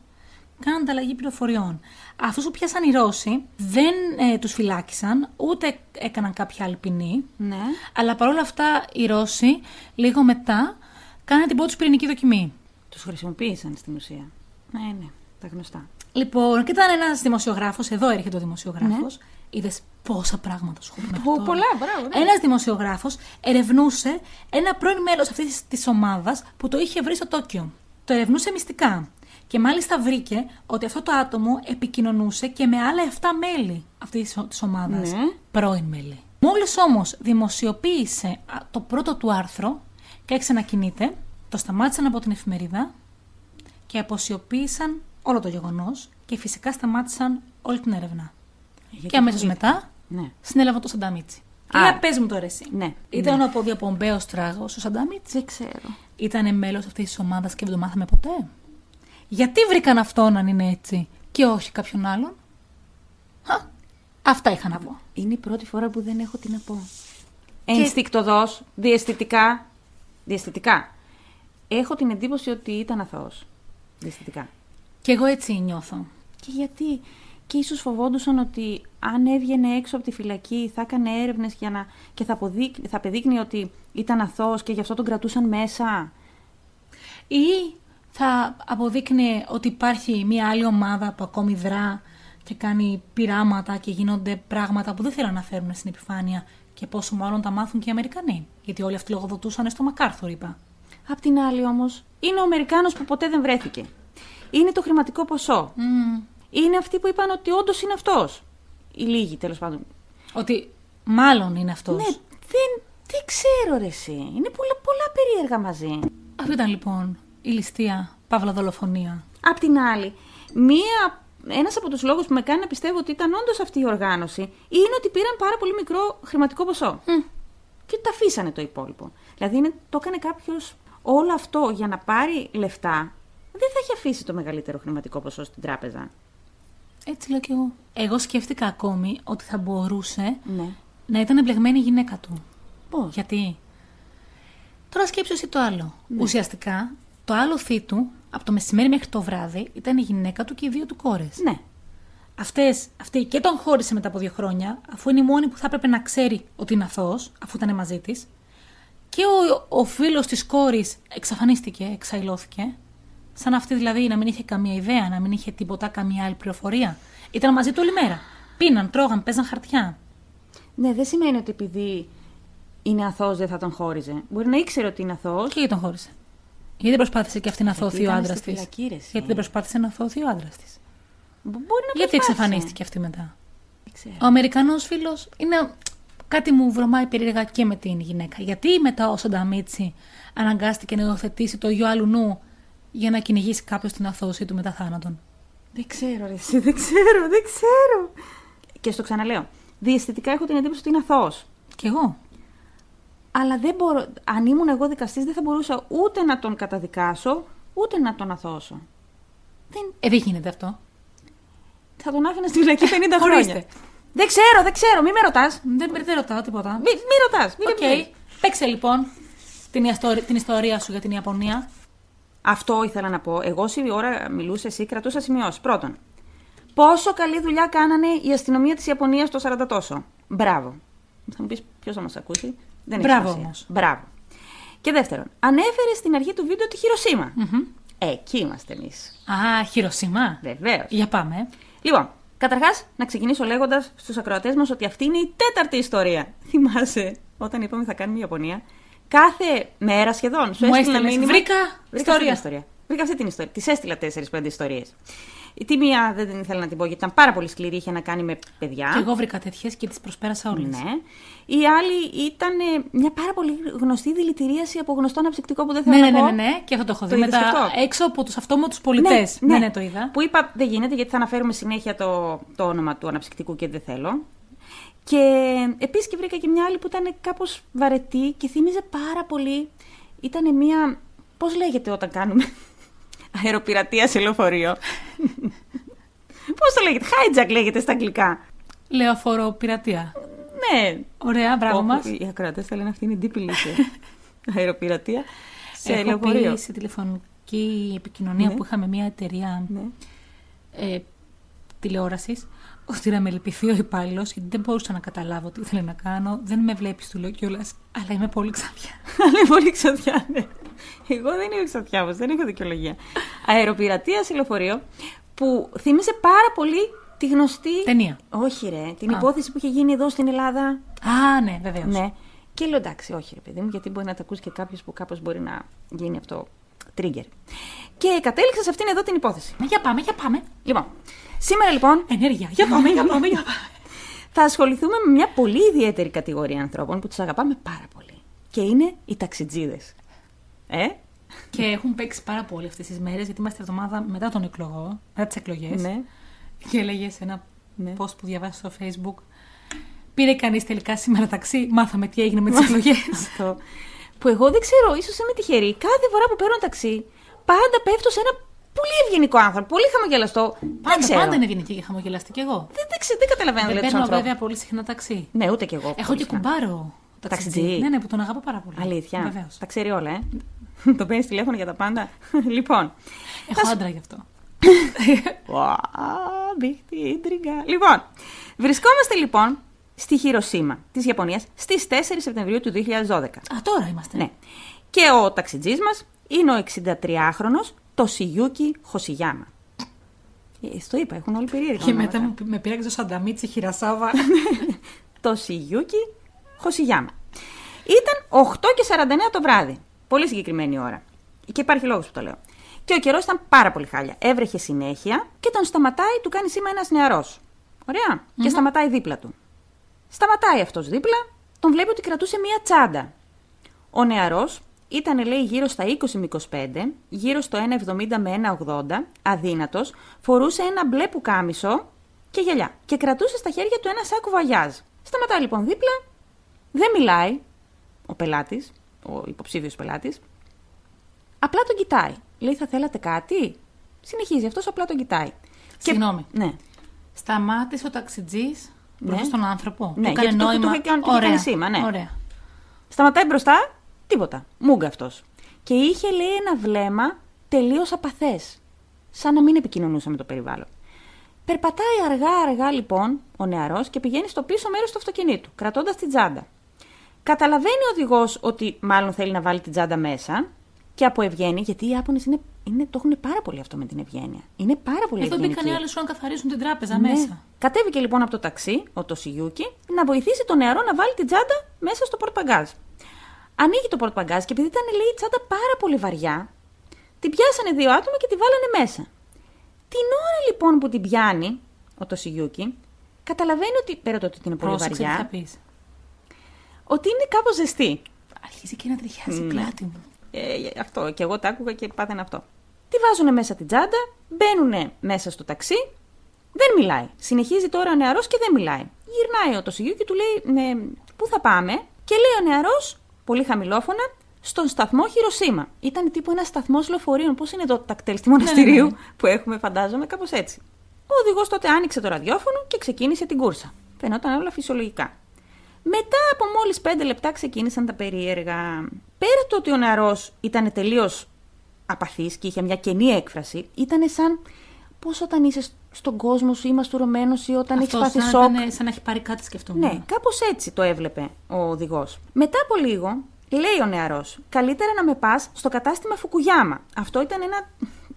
[SPEAKER 2] κάνανε ανταλλαγή πληροφοριών. Αυτούς που πιάσαν οι Ρώσοι δεν ε, τους φυλάκισαν, ούτε έκαναν κάποια άλλη ποινή.
[SPEAKER 1] Ναι.
[SPEAKER 2] Αλλά παρόλα αυτά οι Ρώσοι λίγο μετά κάνανε την πρώτη τους πυρηνική δοκιμή.
[SPEAKER 1] Τους χρησιμοποίησαν στην ουσία. Ναι, ναι. Τα γνωστά.
[SPEAKER 2] Λοιπόν, και ήταν ένας δημοσιογράφος, εδώ έρχεται ο δημοσιογράφος. Είδες πόσα πράγματα σου έχω πει μέχρι
[SPEAKER 1] Ναι. Πο-
[SPEAKER 2] τώρα.
[SPEAKER 1] πολλά, μπράβο, ναι.
[SPEAKER 2] Ένας δημοσιογράφος ερευνούσε ένα πρώην μέλος αυτής της ομάδας που το είχε βρει στο Τόκιο. Το ερευνούσε μυστικά. Και μάλιστα βρήκε ότι αυτό το άτομο επικοινωνούσε και με άλλα 7 μέλη αυτής της ομάδας.
[SPEAKER 1] Ναι.
[SPEAKER 2] Πρώην μέλη. Μόλις όμως δημοσιοποίησε α, το πρώτο του άρθρο και άρχισε να κινείται, το σταμάτησαν από την εφημερίδα και αποσιοποίησαν όλο το γεγονός και φυσικά σταμάτησαν όλη την έρευνα.
[SPEAKER 1] Γιατί
[SPEAKER 2] και αμέσως
[SPEAKER 1] φοβήθηκαν.
[SPEAKER 2] μετά
[SPEAKER 1] Ναι.
[SPEAKER 2] Συνέλαβα το Σανταμίτσι.
[SPEAKER 1] Α.
[SPEAKER 2] Για πες μου τώρα εσύ.
[SPEAKER 1] Ναι.
[SPEAKER 2] Ήταν ο αποδιαπομπαίο τράγος ο Σανταμίτσι.
[SPEAKER 1] Δεν ξέρω.
[SPEAKER 2] Ήταν μέλος αυτής της ομάδας και δεν το μάθαμε ποτέ. Γιατί βρήκαν αυτόν αν είναι έτσι και όχι κάποιον άλλον. Χα. Αυτά είχα να πω.
[SPEAKER 1] Είναι η πρώτη φορά που δεν έχω τι να πω.
[SPEAKER 2] Και-
[SPEAKER 1] Ενστικτοδός, διαισθητικά. Διαισθητικά. Έχω την εντύπωση ότι ήταν αθώος. Διαισθητικά.
[SPEAKER 2] Κι εγώ έτσι νιώθω.
[SPEAKER 1] Και γιατί. Και ίσως φοβόντουσαν ότι αν έβγαινε έξω από τη φυλακή θα έκανε έρευνες για να... και θα, αποδείκ... θα απεδείκνυε ότι ήταν αθώος και γι' αυτό τον κρατούσαν μέσα.
[SPEAKER 2] Ή θα αποδείκνυε ότι υπάρχει μια άλλη ομάδα που ακόμη δρά και κάνει πειράματα και γίνονται πράγματα που δεν θέλουν να φέρουν στην επιφάνεια και πόσο μάλλον τα μάθουν και οι Αμερικανοί. Γιατί όλοι αυτοί λογοδοτούσαν στο Μακάρθουρ, είπα.
[SPEAKER 1] Απ' την άλλη όμως, είναι ο Αμερικάνος που ποτέ δεν βρέθηκε. Είναι το χρηματικό ποσό.
[SPEAKER 2] Μμμ.
[SPEAKER 1] Είναι αυτοί που είπαν ότι όντως είναι αυτός. Οι λίγοι τέλος πάντων.
[SPEAKER 2] Ότι μάλλον είναι αυτός.
[SPEAKER 1] Ναι, δεν, δεν ξέρω ρε εσύ. Είναι πολλά, πολλά περίεργα μαζί.
[SPEAKER 2] Αυτή ήταν λοιπόν η ληστεία, παύλα δολοφονία.
[SPEAKER 1] Απ' την άλλη, μία, ένας από τους λόγους που με κάνει να πιστεύω ότι ήταν όντως αυτή η οργάνωση είναι ότι πήραν πάρα πολύ μικρό χρηματικό ποσό.
[SPEAKER 2] Μμ.
[SPEAKER 1] Και τα αφήσανε το υπόλοιπο. Δηλαδή, είναι, το έκανε κάποιος όλο αυτό για να πάρει λεφτά. Δεν θα έχει αφήσει το μεγαλύτερο χρηματικό ποσό στην τράπεζα.
[SPEAKER 2] Έτσι λέω κι εγώ. Εγώ σκέφτηκα ακόμη ότι θα μπορούσε
[SPEAKER 1] Ναι.
[SPEAKER 2] να ήταν εμπλεγμένη η γυναίκα του.
[SPEAKER 1] Πώς.
[SPEAKER 2] Γιατί. Τώρα σκέψου εσύ το άλλο. Ουσιαστικά, το άλλο θήτου από το μεσημέρι μέχρι το βράδυ ήταν η γυναίκα του και οι δύο του κόρες.
[SPEAKER 1] Ναι.
[SPEAKER 2] Αυτές, αυτή και τον χώρισε μετά από δύο χρόνια, αφού είναι η μόνη που θα έπρεπε να ξέρει ότι είναι αθώος, αφού ήταν μαζί της. Και ο, ο φίλος της κόρης εξαφανίστηκε, εξαϊλώθηκε. Σαν αυτή δηλαδή να μην είχε καμία ιδέα, να μην είχε τίποτα, καμία άλλη πληροφορία. Ήταν μαζί του όλη μέρα. Πίναν, τρώγαν, παίζαν χαρτιά.
[SPEAKER 1] Ναι, δεν σημαίνει ότι επειδή είναι αθώος δεν θα τον χώριζε. Μπορεί να ήξερε ότι είναι αθώος.
[SPEAKER 2] Και γιατί τον χώρισε. Γιατί δεν προσπάθησε και αυτή να θωθεί ο
[SPEAKER 1] ήταν
[SPEAKER 2] άντρα
[SPEAKER 1] στη
[SPEAKER 2] τη.
[SPEAKER 1] φυλακή, ρε, εσύ.
[SPEAKER 2] Γιατί δεν προσπάθησε να θωθεί ο άντρας της.
[SPEAKER 1] Μπορεί να
[SPEAKER 2] Γιατί
[SPEAKER 1] προσπάθησε.
[SPEAKER 2] εξαφανίστηκε αυτή μετά.
[SPEAKER 1] Δεν ξέρω.
[SPEAKER 2] Ο Αμερικανός φίλος είναι. Κάτι μου βρωμάει περίεργα και με την γυναίκα. Γιατί μετά ο Σανταμίτσι αναγκάστηκε να υιοθετήσει το γιο άλλου νου για να κυνηγήσει κάποιος την αθώωσή του μετά θάνατον.
[SPEAKER 1] Δεν ξέρω, ρε, εσύ, δεν ξέρω, δεν ξέρω. Και στο ξαναλέω. Διαισθητικά έχω την εντύπωση ότι είναι αθώος.
[SPEAKER 2] Κι εγώ.
[SPEAKER 1] Αλλά δεν μπορώ, αν ήμουν εγώ δικαστής, δεν θα μπορούσα ούτε να τον καταδικάσω, ούτε να τον αθώσω. Δεν...
[SPEAKER 2] Ε, δεν γίνεται αυτό.
[SPEAKER 1] Θα τον άφηνα στη φυλακή 50 χρόνια.
[SPEAKER 2] Ορίστε.
[SPEAKER 1] δεν ξέρω, δεν ξέρω, μη με ρωτάς.
[SPEAKER 2] Δεν, δεν ρωτάω τίποτα.
[SPEAKER 1] Μη, μη ρωτάς. Μη
[SPEAKER 2] Οκ.
[SPEAKER 1] με ρωτάς.
[SPEAKER 2] Παίξε λοιπόν την, ιστορ- την ιστορία σου για την Ιαπωνία.
[SPEAKER 1] Αυτό ήθελα να πω. Εγώ όση ώρα μιλούσε, εσύ κρατούσα σημειώσεις. Πρώτον, πόσο καλή δουλειά κάνανε η αστυνομία της Ιαπωνίας το 40 τόσο. Μπράβο. Θα μου πεις ποιος θα μας ακούσει. Δεν έχει
[SPEAKER 2] Μπράβο
[SPEAKER 1] σημασία.
[SPEAKER 2] όμως.
[SPEAKER 1] Μπράβο. Και δεύτερον, ανέφερε στην αρχή του βίντεο τη Χειροσύμα. Εκεί είμαστε εμείς.
[SPEAKER 2] Α, Χειροσύμα.
[SPEAKER 1] Βεβαίως.
[SPEAKER 2] Για πάμε.
[SPEAKER 1] Λοιπόν, καταρχάς να ξεκινήσω λέγοντας στους ακροατές μας ότι αυτή είναι η τέταρτη ιστορία. Θυμάσαι, όταν είπαμε θα κάνουμε Ιαπωνία, κάθε μέρα σχεδόν σου
[SPEAKER 2] Μου
[SPEAKER 1] έστειλα
[SPEAKER 2] έστειλες,
[SPEAKER 1] μήνυμα.
[SPEAKER 2] βρήκα ιστορία.
[SPEAKER 1] αυτή την ιστορία. Βρήκα αυτή την ιστορία. Της έστειλα 4-5 ιστορίε. Τη μία δεν την ήθελα να την πω γιατί ήταν πάρα πολύ σκληρή, είχε να κάνει με παιδιά.
[SPEAKER 2] Και εγώ βρήκα τέτοιες και τις προσπέρασα όλες.
[SPEAKER 1] Ναι. Η άλλη ήταν ε, μια πάρα πολύ γνωστή δηλητηρίαση από γνωστό αναψυκτικό που δεν θέλω
[SPEAKER 2] Ναι, ναι,
[SPEAKER 1] να
[SPEAKER 2] ναι,
[SPEAKER 1] πω.
[SPEAKER 2] ναι, ναι, και αυτό το έχω
[SPEAKER 1] Το
[SPEAKER 2] δει.
[SPEAKER 1] είδες και
[SPEAKER 2] Μετά
[SPEAKER 1] αυτό?
[SPEAKER 2] έξω από τους αυτόματους πολιτές. Ναι, ναι, το είδα.
[SPEAKER 1] Που είπα δεν γίνεται γιατί θα αναφέρουμε συνέχεια το, το όνομα του αναψυκτικού και δεν θέλω. Και επίσης και βρήκα και μια άλλη που ήταν κάπως βαρετή και θύμιζε πάρα πολύ. Ήταν μια, πώς λέγεται όταν κάνουμε αεροπειρατεία σε λεωφορείο. πώς το λέγεται, hijack λέγεται στα αγγλικά.
[SPEAKER 2] Λεωφορο πειρατεία.
[SPEAKER 1] Ναι.
[SPEAKER 2] Ωραία, μπράβο
[SPEAKER 1] Όπου
[SPEAKER 2] μας.
[SPEAKER 1] Οι ακροατές θα λένε αυτή είναι η ντύπη λύση. αεροπειρατεία σε
[SPEAKER 2] Έχω
[SPEAKER 1] λεωφορείο.
[SPEAKER 2] πήρει τηλεφωνική επικοινωνία
[SPEAKER 1] Ναι.
[SPEAKER 2] που είχα με μια εταιρεία
[SPEAKER 1] Ναι.
[SPEAKER 2] ε, τηλεόρασης. Ώστε να με λυπηθεί ο υπάλληλος, γιατί δεν μπορούσα να καταλάβω τι ήθελε να κάνω. Δεν με βλέπεις, του λέω κιόλας, αλλά είμαι πολύ ξαφιά.
[SPEAKER 1] Αλλά πολύ ξαδιά, ναι. Εγώ δεν είμαι ξαδιάβος, δεν έχω δικαιολογία. Αεροπειρατεία σε λεωφορείο που θύμισε πάρα πολύ τη γνωστή.
[SPEAKER 2] Ταινία.
[SPEAKER 1] Όχι, ρε. Την
[SPEAKER 2] Α.
[SPEAKER 1] υπόθεση που είχε γίνει εδώ στην Ελλάδα.
[SPEAKER 2] Α, ναι, βεβαίως.
[SPEAKER 1] Ναι. Και λέω εντάξει, όχι, ρε παιδί μου, γιατί μπορεί να τα ακούσει και κάποιος που κάπως μπορεί να γίνει αυτό trigger. Και κατέληξα σε αυτήν εδώ την υπόθεση.
[SPEAKER 2] Ναι, Για πάμε, για πάμε.
[SPEAKER 1] Λοιπόν, σήμερα λοιπόν
[SPEAKER 2] Ενέργεια. Για πάμε, για πάμε, για πάμε.
[SPEAKER 1] θα ασχοληθούμε με μια πολύ ιδιαίτερη κατηγορία ανθρώπων που τους αγαπάμε πάρα πολύ. Και είναι οι ταξιτζίδες. Ε,
[SPEAKER 2] Και έχουν παίξει πάρα πολύ αυτές τις μέρες, γιατί είμαστε εβδομάδα μετά τον εκλογό, μετά τις εκλογές.
[SPEAKER 1] ναι.
[SPEAKER 2] Και έλεγε σε ένα
[SPEAKER 1] Ναι.
[SPEAKER 2] post που διαβάσει στο Facebook. Πήρε κανείς τελικά σήμερα ταξί. Μάθαμε τι έγινε με τις εκλογές.
[SPEAKER 1] Αυτό. Που εγώ δεν ξέρω, ίσως είμαι τυχερή. Κάθε φορά που παίρνω ταξί, πάντα πέφτω σε ένα πολύ ευγενικό άνθρωπο. Πολύ χαμογελαστό. δεν
[SPEAKER 2] Πάντα,
[SPEAKER 1] ξέρω.
[SPEAKER 2] πάντα είναι ευγενική και χαμογελαστή κι εγώ.
[SPEAKER 1] Δεν, δεν, ξε- δεν καταλαβαίνω
[SPEAKER 2] Δεν
[SPEAKER 1] δηλαδή του
[SPEAKER 2] παίρνω
[SPEAKER 1] ανθρώπου.
[SPEAKER 2] βέβαια πολύ συχνά ταξί.
[SPEAKER 1] Ναι, ούτε κι εγώ.
[SPEAKER 2] Έχω και
[SPEAKER 1] χωρίς να-
[SPEAKER 2] κουμπάρο. ταξιτζή.
[SPEAKER 1] Ταξιτζή.
[SPEAKER 2] Ναι, ναι, που τον αγαπώ πάρα πολύ.
[SPEAKER 1] Αλήθεια.
[SPEAKER 2] Βεβαίως.
[SPEAKER 1] Τα ξέρει όλα, ε. το παίρνεις τηλέφωνο για τα πάντα. λοιπόν.
[SPEAKER 2] Έχω άντρα γι' αυτό.
[SPEAKER 1] Ουα, μπήχτη, ίντριγκα. Λοιπόν, βρισκόμαστε λοιπόν στη Χειροσύμα της Ιαπωνίας στις 4 Σεπτεμβρίου του 2012.
[SPEAKER 2] Α, τώρα είμαστε.
[SPEAKER 1] Ναι. Και ο ταξιτζής μας είναι ο 63χρονος το Σιγιούκι Χωσιγιάμα. Ε, στο είπα, έχουν όλοι περίεργα
[SPEAKER 2] Και
[SPEAKER 1] ονόματα.
[SPEAKER 2] μετά μου, με πήραξε ο Σανταμίτσι Χειρασάβα.
[SPEAKER 1] το Σιγιούκι Χωσιγιάμα. Ήταν 8 και 49 το βράδυ. Πολύ συγκεκριμένη ώρα. Και υπάρχει λόγος που το λέω. Και ο καιρός ήταν πάρα πολύ χάλια. Έβρεχε συνέχεια και τον σταματάει, του κάνει σήμα ένας νεαρός. Και σταματάει δίπλα του. Σταματάει αυτός δίπλα, τον βλέπει ότι κρατούσε μία τσάντα. Ο νεαρός ήταν, λέει, γύρω στα 20 με 25, γύρω στο 1,70 με 1,80, αδύνατος, φορούσε ένα μπλε πουκάμισο και γυαλιά. Και κρατούσε στα χέρια του ένα σάκο βαγιάζ. Σταματάει λοιπόν δίπλα, δεν μιλάει ο πελάτης, ο υποψήφιος πελάτης. Απλά τον κοιτάει. Λέει, θα θέλατε κάτι. Συνεχίζει αυτός, απλά τον κοιτάει. Και-
[SPEAKER 2] Συγγνώμη.
[SPEAKER 1] Ναι.
[SPEAKER 2] Σταμάτησε ο ταξιτζής μπροστά
[SPEAKER 1] Ναι.
[SPEAKER 2] στον άνθρωπο.
[SPEAKER 1] Ναι,
[SPEAKER 2] του έκανε
[SPEAKER 1] γιατί του- του-
[SPEAKER 2] νόημα.
[SPEAKER 1] του είχε κάνει- του είχε
[SPEAKER 2] Ωραία.
[SPEAKER 1] κάνει σήμα, ναι.
[SPEAKER 2] Ωραία.
[SPEAKER 1] Σταματάει μπροστά, τίποτα. Μούγκα αυτός. Και είχε, λέει, ένα βλέμμα τελείως απαθές. Σαν να μην επικοινωνούσε με το περιβάλλον. Περπατάει αργά-αργά, λοιπόν, ο νεαρός και πηγαίνει στο πίσω μέρος του αυτοκινήτου, κρατώντας την τσάντα. Καταλαβαίνει ο οδηγός ότι μάλλον θέλει να βάλει την τσάντα μέσα και από ευγένεια, γιατί οι Ιάπωνες είναι, είναι, το έχουν πάρα πολύ αυτό με την ευγένεια. Είναι πάρα πολύ
[SPEAKER 2] Εδώ
[SPEAKER 1] ευγενικοί.
[SPEAKER 2] μπήκαν οι άλλοι σου να καθαρίσουν την τράπεζα
[SPEAKER 1] Ναι.
[SPEAKER 2] μέσα.
[SPEAKER 1] Κατέβηκε λοιπόν από το ταξί, ο Τωσιγιούκη, να βοηθήσει τον νεαρό να βάλει την τσάντα μέσα στο πορτπαγκάζ. Ανοίγει το πορτπαγκάζ και επειδή ήταν λέει η τσάντα πάρα πολύ βαριά, την πιάσανε δύο άτομα και τη βάλανε μέσα. Την ώρα λοιπόν που την πιάνει ο Τωσιγιούκη, καταλαβαίνει ότι πέρα το ότι είναι πολύ
[SPEAKER 2] Πρόσεξε τι θα
[SPEAKER 1] βαριά,
[SPEAKER 2] πεις.
[SPEAKER 1] ότι είναι κάπως ζεστή.
[SPEAKER 2] Αρχίζει και να τριχιάζει η
[SPEAKER 1] Ναι.
[SPEAKER 2] πλάτη μου.
[SPEAKER 1] Ε, γι- αυτό. Και εγώ τα άκουγα και πάθαινα αυτό. Τη βάζουν μέσα την τσάντα, μπαίνουν μέσα στο ταξί. Δεν μιλάει. Συνεχίζει τώρα ο νεαρός και δεν μιλάει. Γυρνάει ο Τωσιγιού και του λέει: «Ναι, Πού θα πάμε, και λέει ο νεαρός, πολύ χαμηλόφωνα, στον σταθμό Χειροσύμα. Ήταν τύπου ένας σταθμός λεωφορείων. Πώς είναι εδώ τα κτέλ στη μοναστηρίου
[SPEAKER 2] ναι, ναι.
[SPEAKER 1] που έχουμε, φαντάζομαι, κάπως έτσι. Ο οδηγός τότε άνοιξε το ραδιόφωνο και ξεκίνησε την κούρσα. Φαινόταν όλα φυσιολογικά. Μετά από μόλις πέντε λεπτά ξεκίνησαν τα περίεργα. Πέρα το ότι ο νεαρός ήταν τελείως απαθής και είχε μια κενή έκφραση, ήταν σαν πώς όταν είσαι στον κόσμο σου ή μαστουρωμένος ή όταν έχεις
[SPEAKER 2] Αυτό
[SPEAKER 1] πάθει
[SPEAKER 2] σαν,
[SPEAKER 1] σοκ.
[SPEAKER 2] να ήταν- σαν να έχει πάρει κάτι σκεφτόμουν.
[SPEAKER 1] Ναι, κάπως έτσι το έβλεπε ο οδηγός. Μετά από λίγο, λέει ο νεαρός, καλύτερα να με πας στο κατάστημα Φουκουγιάμα. Αυτό ήταν ένα,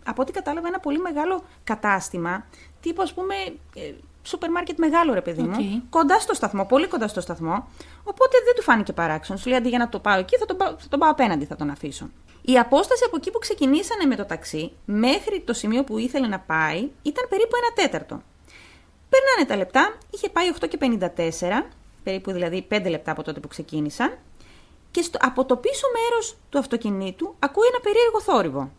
[SPEAKER 1] από ό,τι κατάλαβα, ένα πολύ μεγάλο κατάστημα, τύπου ας πούμε... ε, Σούπερ μάρκετ μεγάλο ρε παιδί μου,
[SPEAKER 2] Οκ.
[SPEAKER 1] κοντά στο σταθμό, πολύ κοντά στο σταθμό. Οπότε δεν του φάνηκε παράξενο. Σου λέει αντί για να το πάω εκεί, θα τον πάω, θα τον πάω απέναντι, θα τον αφήσω. Η απόσταση από εκεί που ξεκινήσανε με το ταξί μέχρι το σημείο που ήθελε να πάει ήταν περίπου ένα τέταρτο. Περνάνε τα λεπτά, είχε πάει 8 και 54, περίπου δηλαδή 5 λεπτά από τότε που ξεκίνησαν, και στο, από το πίσω μέρος του αυτοκινήτου ακούει ένα περίεργο θόρυβο.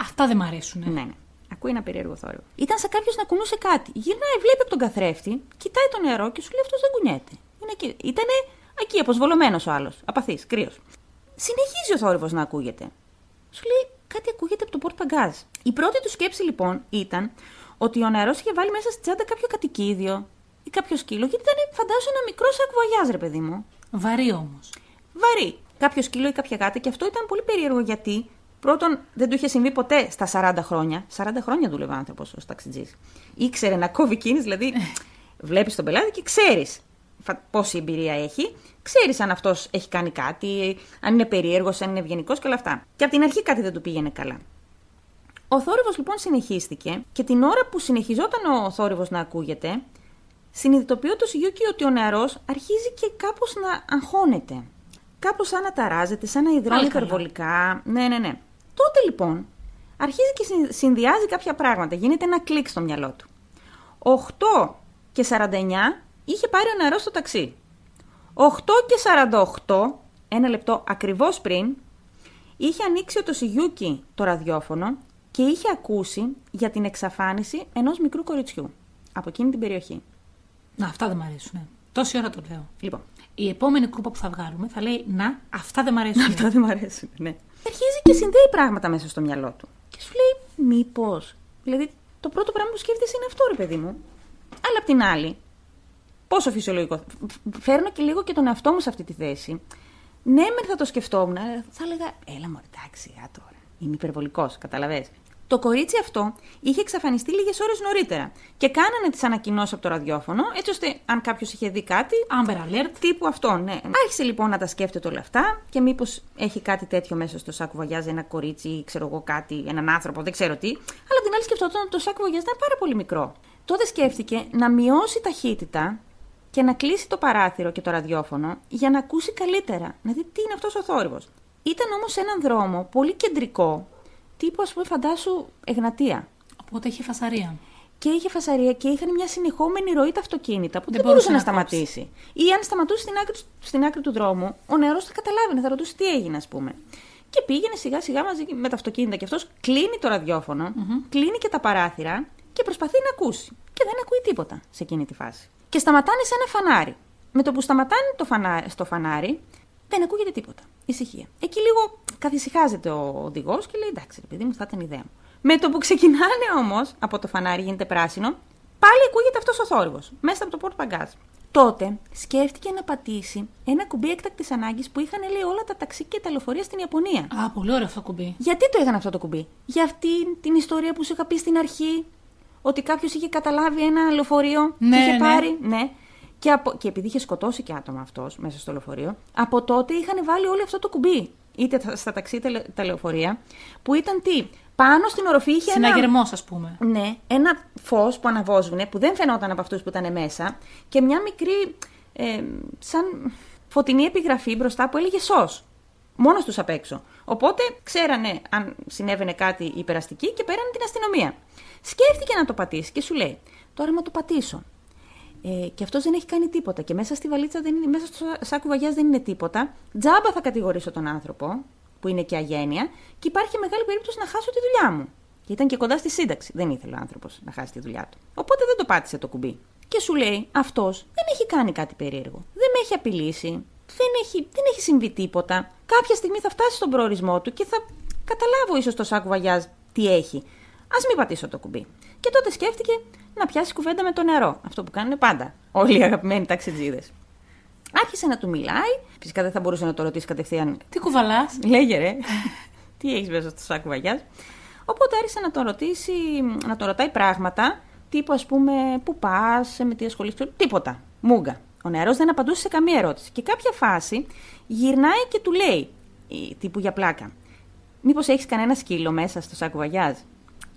[SPEAKER 2] Αυτά δεν μ' αρέσουν.
[SPEAKER 1] Ναι, ναι. Ακούει ένα περίεργο θόρυβο. Ήταν σαν κάποιος να κουνούσε κάτι. Γυρνάει, βλέπει από τον καθρέφτη, κοιτάει το νερό και σου λέει αυτός δεν κουνιέται. Είναι εκεί. Ήτανε εκεί, αποσβολωμένος ο άλλος. Απαθής, κρύος. Συνεχίζει ο θόρυβος να ακούγεται. Σου λέει κάτι ακούγεται από το πόρτ παγκάζ. Η πρώτη του σκέψη λοιπόν ήταν ότι ο νερό είχε βάλει μέσα στη τσάντα κάποιο κατοικίδιο ή κάποιο σκύλο, γιατί ήταν φαντάζομαι ένα μικρό σακουαγιάζ, ρε παιδί μου
[SPEAKER 2] Βαρύ όμως.
[SPEAKER 1] βαρύ. Κάποιο σκύλο ή κάποια γάτα. Και αυτό ήταν πολύ περίεργο γιατί πρώτον δεν του είχε συμβεί ποτέ στα 40 χρόνια. 40 χρόνια δούλευε άνθρωπος ως ταξιτζής. Ήξερε να κόβει κίνηση, δηλαδή βλέπεις τον πελάτη και ξέρεις πόση εμπειρία έχει. Ξέρεις αν αυτός έχει κάνει κάτι, αν είναι περίεργος, αν είναι ευγενικός και όλα αυτά. Και από την αρχή κάτι δεν του πήγαινε καλά. Ο θόρυβος λοιπόν συνεχίστηκε και την ώρα που συνεχιζόταν ο θόρυβος να ακούγεται, συνειδητοποιώ το Σιγιούκι ότι ο νεαρός αρχίζει και κάπως να αγχώνεται. Κάπως σαν να ταράζεται, σαν να υδρώνει
[SPEAKER 2] Πάλι καλά.
[SPEAKER 1] υπερβολικά. Ναι, ναι, ναι. Τότε λοιπόν αρχίζει και συν- συνδυάζει κάποια πράγματα. Γίνεται ένα κλικ στο μυαλό του. 8 και 49 είχε πάρει ο νεαρός στο ταξί. 8 και 48, ένα λεπτό ακριβώς πριν, είχε ανοίξει ο Τωσιγιούκι το ραδιόφωνο και είχε ακούσει για την εξαφάνιση ενός μικρού κοριτσιού από εκείνη την περιοχή.
[SPEAKER 2] Να, αυτά δεν μ' αρέσουν. Τόση ώρα το λέω.
[SPEAKER 1] Λοιπόν,
[SPEAKER 2] Η επόμενη κούπα που θα βγάλουμε θα λέει Να, αυτά δεν μ' αρέσουν.
[SPEAKER 1] αυτά δεν μου αρέσουν, ναι. Αρχίζει και συνδέει πράγματα μέσα στο μυαλό του. Και σου λέει, μήπως. Δηλαδή, το πρώτο πράγμα που σκέφτεσαι είναι αυτό, ρε παιδί μου. Αλλά απ' την άλλη, πόσο φυσιολογικό. Φέρνω και λίγο και τον εαυτό μου σε αυτή τη θέση. Ναι, μεν θα το σκεφτόμουν, αλλά θα έλεγα, έλα μου, εντάξει, α τώρα. Είμαι υπερβολικός, καταλαβέ. Το κορίτσι αυτό είχε εξαφανιστεί λίγες ώρες νωρίτερα και κάνανε τις ανακοινώσεις από το ραδιόφωνο, έτσι ώστε αν κάποιος είχε δει κάτι,
[SPEAKER 2] Amber Alert.
[SPEAKER 1] Τύπου αυτό, ναι. Άρχισε λοιπόν να τα σκέφτεται όλα αυτά και μήπως έχει κάτι τέτοιο μέσα στο σάκου βαγιάζ, ένα κορίτσι ή ξέρω εγώ κάτι, έναν άνθρωπο, δεν ξέρω τι. Αλλά απ' την άλλη σκεφτόταν ότι το σάκου βαγιάζ ήταν πάρα πολύ μικρό. Τότε σκέφτηκε να μειώσει ταχύτητα και να κλείσει το παράθυρο και το ραδιόφωνο για να ακούσει καλύτερα, να δει τι είναι αυτός ο θόρυβος. Ήταν όμως σε έναν δρόμο πολύ κεντρικό, τύπου ας πούμε φαντάσου Εγνατία.
[SPEAKER 2] Οπότε είχε φασαρία.
[SPEAKER 1] Και είχε φασαρία και είχαν μια συνεχόμενη ροή τα αυτοκίνητα που δεν,
[SPEAKER 2] Δεν
[SPEAKER 1] μπορούσε
[SPEAKER 2] μπορούσε
[SPEAKER 1] να,
[SPEAKER 2] να
[SPEAKER 1] σταματήσει. Ή αν σταματούσε στην άκρη, του- στην άκρη του δρόμου, ο νεαρός θα καταλάβαινε, θα ρωτούσε τι έγινε, ας πούμε. Και πήγαινε σιγά σιγά μαζί με τα αυτοκίνητα. Και αυτός κλείνει το ραδιοφωνο κλείνει και τα παράθυρα και προσπαθεί να ακούσει. Και δεν ακούει τίποτα σε εκείνη τη φάση. Και σταματάνε σε ένα φανάρι. Με το που σταματάνε το φανά, στο φανάρι, δεν ακούγεται τίποτα. Ησυχία. Εκεί λίγο καθησυχάζεται ο οδηγός και λέει: Εντάξει, ρε παιδί μου, θα ήταν ιδέα μου. Με το που ξεκινάνε όμως από το φανάρι, γίνεται πράσινο, πάλι ακούγεται αυτός ο θόρυβος μέσα από το πόρτ παγκάζ. Τότε σκέφτηκε να πατήσει ένα κουμπί έκτακτης ανάγκης που είχαν λέει όλα τα ταξί και τα λεωφορεία στην Ιαπωνία.
[SPEAKER 2] Α, πολύ ωραίο αυτό το κουμπί.
[SPEAKER 1] Γιατί το είχαν αυτό το κουμπί, Για αυτή την ιστορία που σου είχα πει στην αρχή, ότι κάποιος είχε καταλάβει ένα λεωφορείο
[SPEAKER 2] Ναι,
[SPEAKER 1] και είχε
[SPEAKER 2] ναι.
[SPEAKER 1] πάρει. Ναι. Και, από, και επειδή είχε σκοτώσει και άτομα αυτός μέσα στο λεωφορείο, από τότε είχαν βάλει όλο αυτό το κουμπί. Είτε τα- στα ταξί είτε λε- τα λεωφορεία, που ήταν τι. Πάνω στην οροφή είχε ένα.
[SPEAKER 2] Συναγερμός, ας πούμε.
[SPEAKER 1] Ναι, ένα φως που αναβόσβηνε, που δεν φαινόταν από αυτούς που ήταν μέσα, και μια μικρή, ε, σαν φωτεινή επιγραφή μπροστά που έλεγε σω. Μόνος τους απ' έξω. Οπότε ξέρανε αν συνέβαινε κάτι υπεραστική και πέρανε την αστυνομία. Σκέφτηκε να το πατήσει και σου λέει: Τώρα μα το πατήσω. Ε, και αυτός δεν έχει κάνει τίποτα. Και μέσα στη βαλίτσα, δεν είναι, μέσα στο σάκου βαγιάς δεν είναι τίποτα. Τζάμπα θα κατηγορήσω τον άνθρωπο, που είναι και αγένεια, και υπάρχει μεγάλη περίπτωση να χάσω τη δουλειά μου. Και ήταν και κοντά στη σύνταξη. Δεν ήθελε ο άνθρωπος να χάσει τη δουλειά του. Οπότε δεν το πάτησε το κουμπί. Και σου λέει, αυτός δεν έχει κάνει κάτι περίεργο. Δεν με έχει απειλήσει. Δεν έχει, δεν έχει συμβεί τίποτα. Κάποια στιγμή θα φτάσει στον προορισμό του και θα καταλάβω ίσως το σάκου βαγιάζ τι έχει. Ας μην πατήσω το κουμπί. Και τότε σκέφτηκε να πιάσει κουβέντα με το νερό. Αυτό που κάνουν πάντα όλοι οι αγαπημένοι ταξιτζίδες. Άρχισε να του μιλάει. Φυσικά δεν θα μπορούσε να το ρωτήσει κατευθείαν.
[SPEAKER 2] Τι κουβαλάς.
[SPEAKER 1] Λέγε ρε, τι έχεις μέσα στο σάκου βαγιάς. Οπότε άρχισε να τον ρωτήσει, να τον ρωτάει πράγματα. Τύπου ας πούμε, πού πας, με τι ασχολείσαι, τίποτα. Μούγκα. Ο νεαρός δεν απαντούσε σε καμία ερώτηση. Και κάποια φάση γυρνάει και του λέει, ε, τύπου για πλάκα, Μήπως έχεις κανένα σκύλο μέσα στο σάκου βαγιάζ.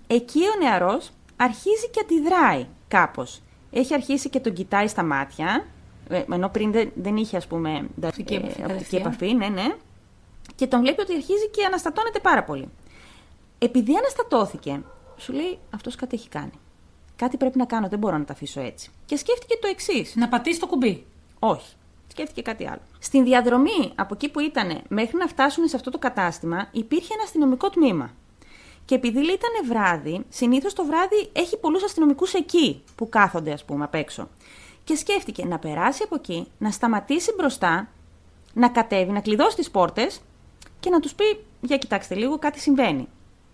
[SPEAKER 1] Εκεί ο νεαρός αρχίζει και αντιδράει κάπως. Έχει αρχίσει και τον κοιτάει στα μάτια. ε, Ενώ πριν δεν, δεν είχε, ας πούμε, τα-
[SPEAKER 2] Οπτική
[SPEAKER 1] ε,
[SPEAKER 2] επαφή
[SPEAKER 1] οπτική
[SPEAKER 2] κατευθείαν.
[SPEAKER 1] επαφή, ναι, ναι. Και τον βλέπει ότι αρχίζει και αναστατώνεται πάρα πολύ. Επειδή αναστατώθηκε, σου λέει αυτός κάτι έχει κάνει. Κάτι πρέπει να κάνω, δεν μπορώ να τα αφήσω έτσι. Και σκέφτηκε το εξής.
[SPEAKER 2] Να πατήσει το κουμπί.
[SPEAKER 1] Όχι. Σκέφτηκε κάτι άλλο. Στην διαδρομή από εκεί που ήταν μέχρι να φτάσουν σε αυτό το κατάστημα υπήρχε ένα αστυνομικό τμήμα. Και επειδή ήταν βράδυ, συνήθως το βράδυ έχει πολλούς αστυνομικούς εκεί που κάθονται, ας πούμε, απ' έξω. Και σκέφτηκε να περάσει από εκεί, να σταματήσει μπροστά, να κατέβει, να κλειδώσει τις πόρτες και να τους πει: Για κοιτάξτε λίγο, κάτι συμβαίνει.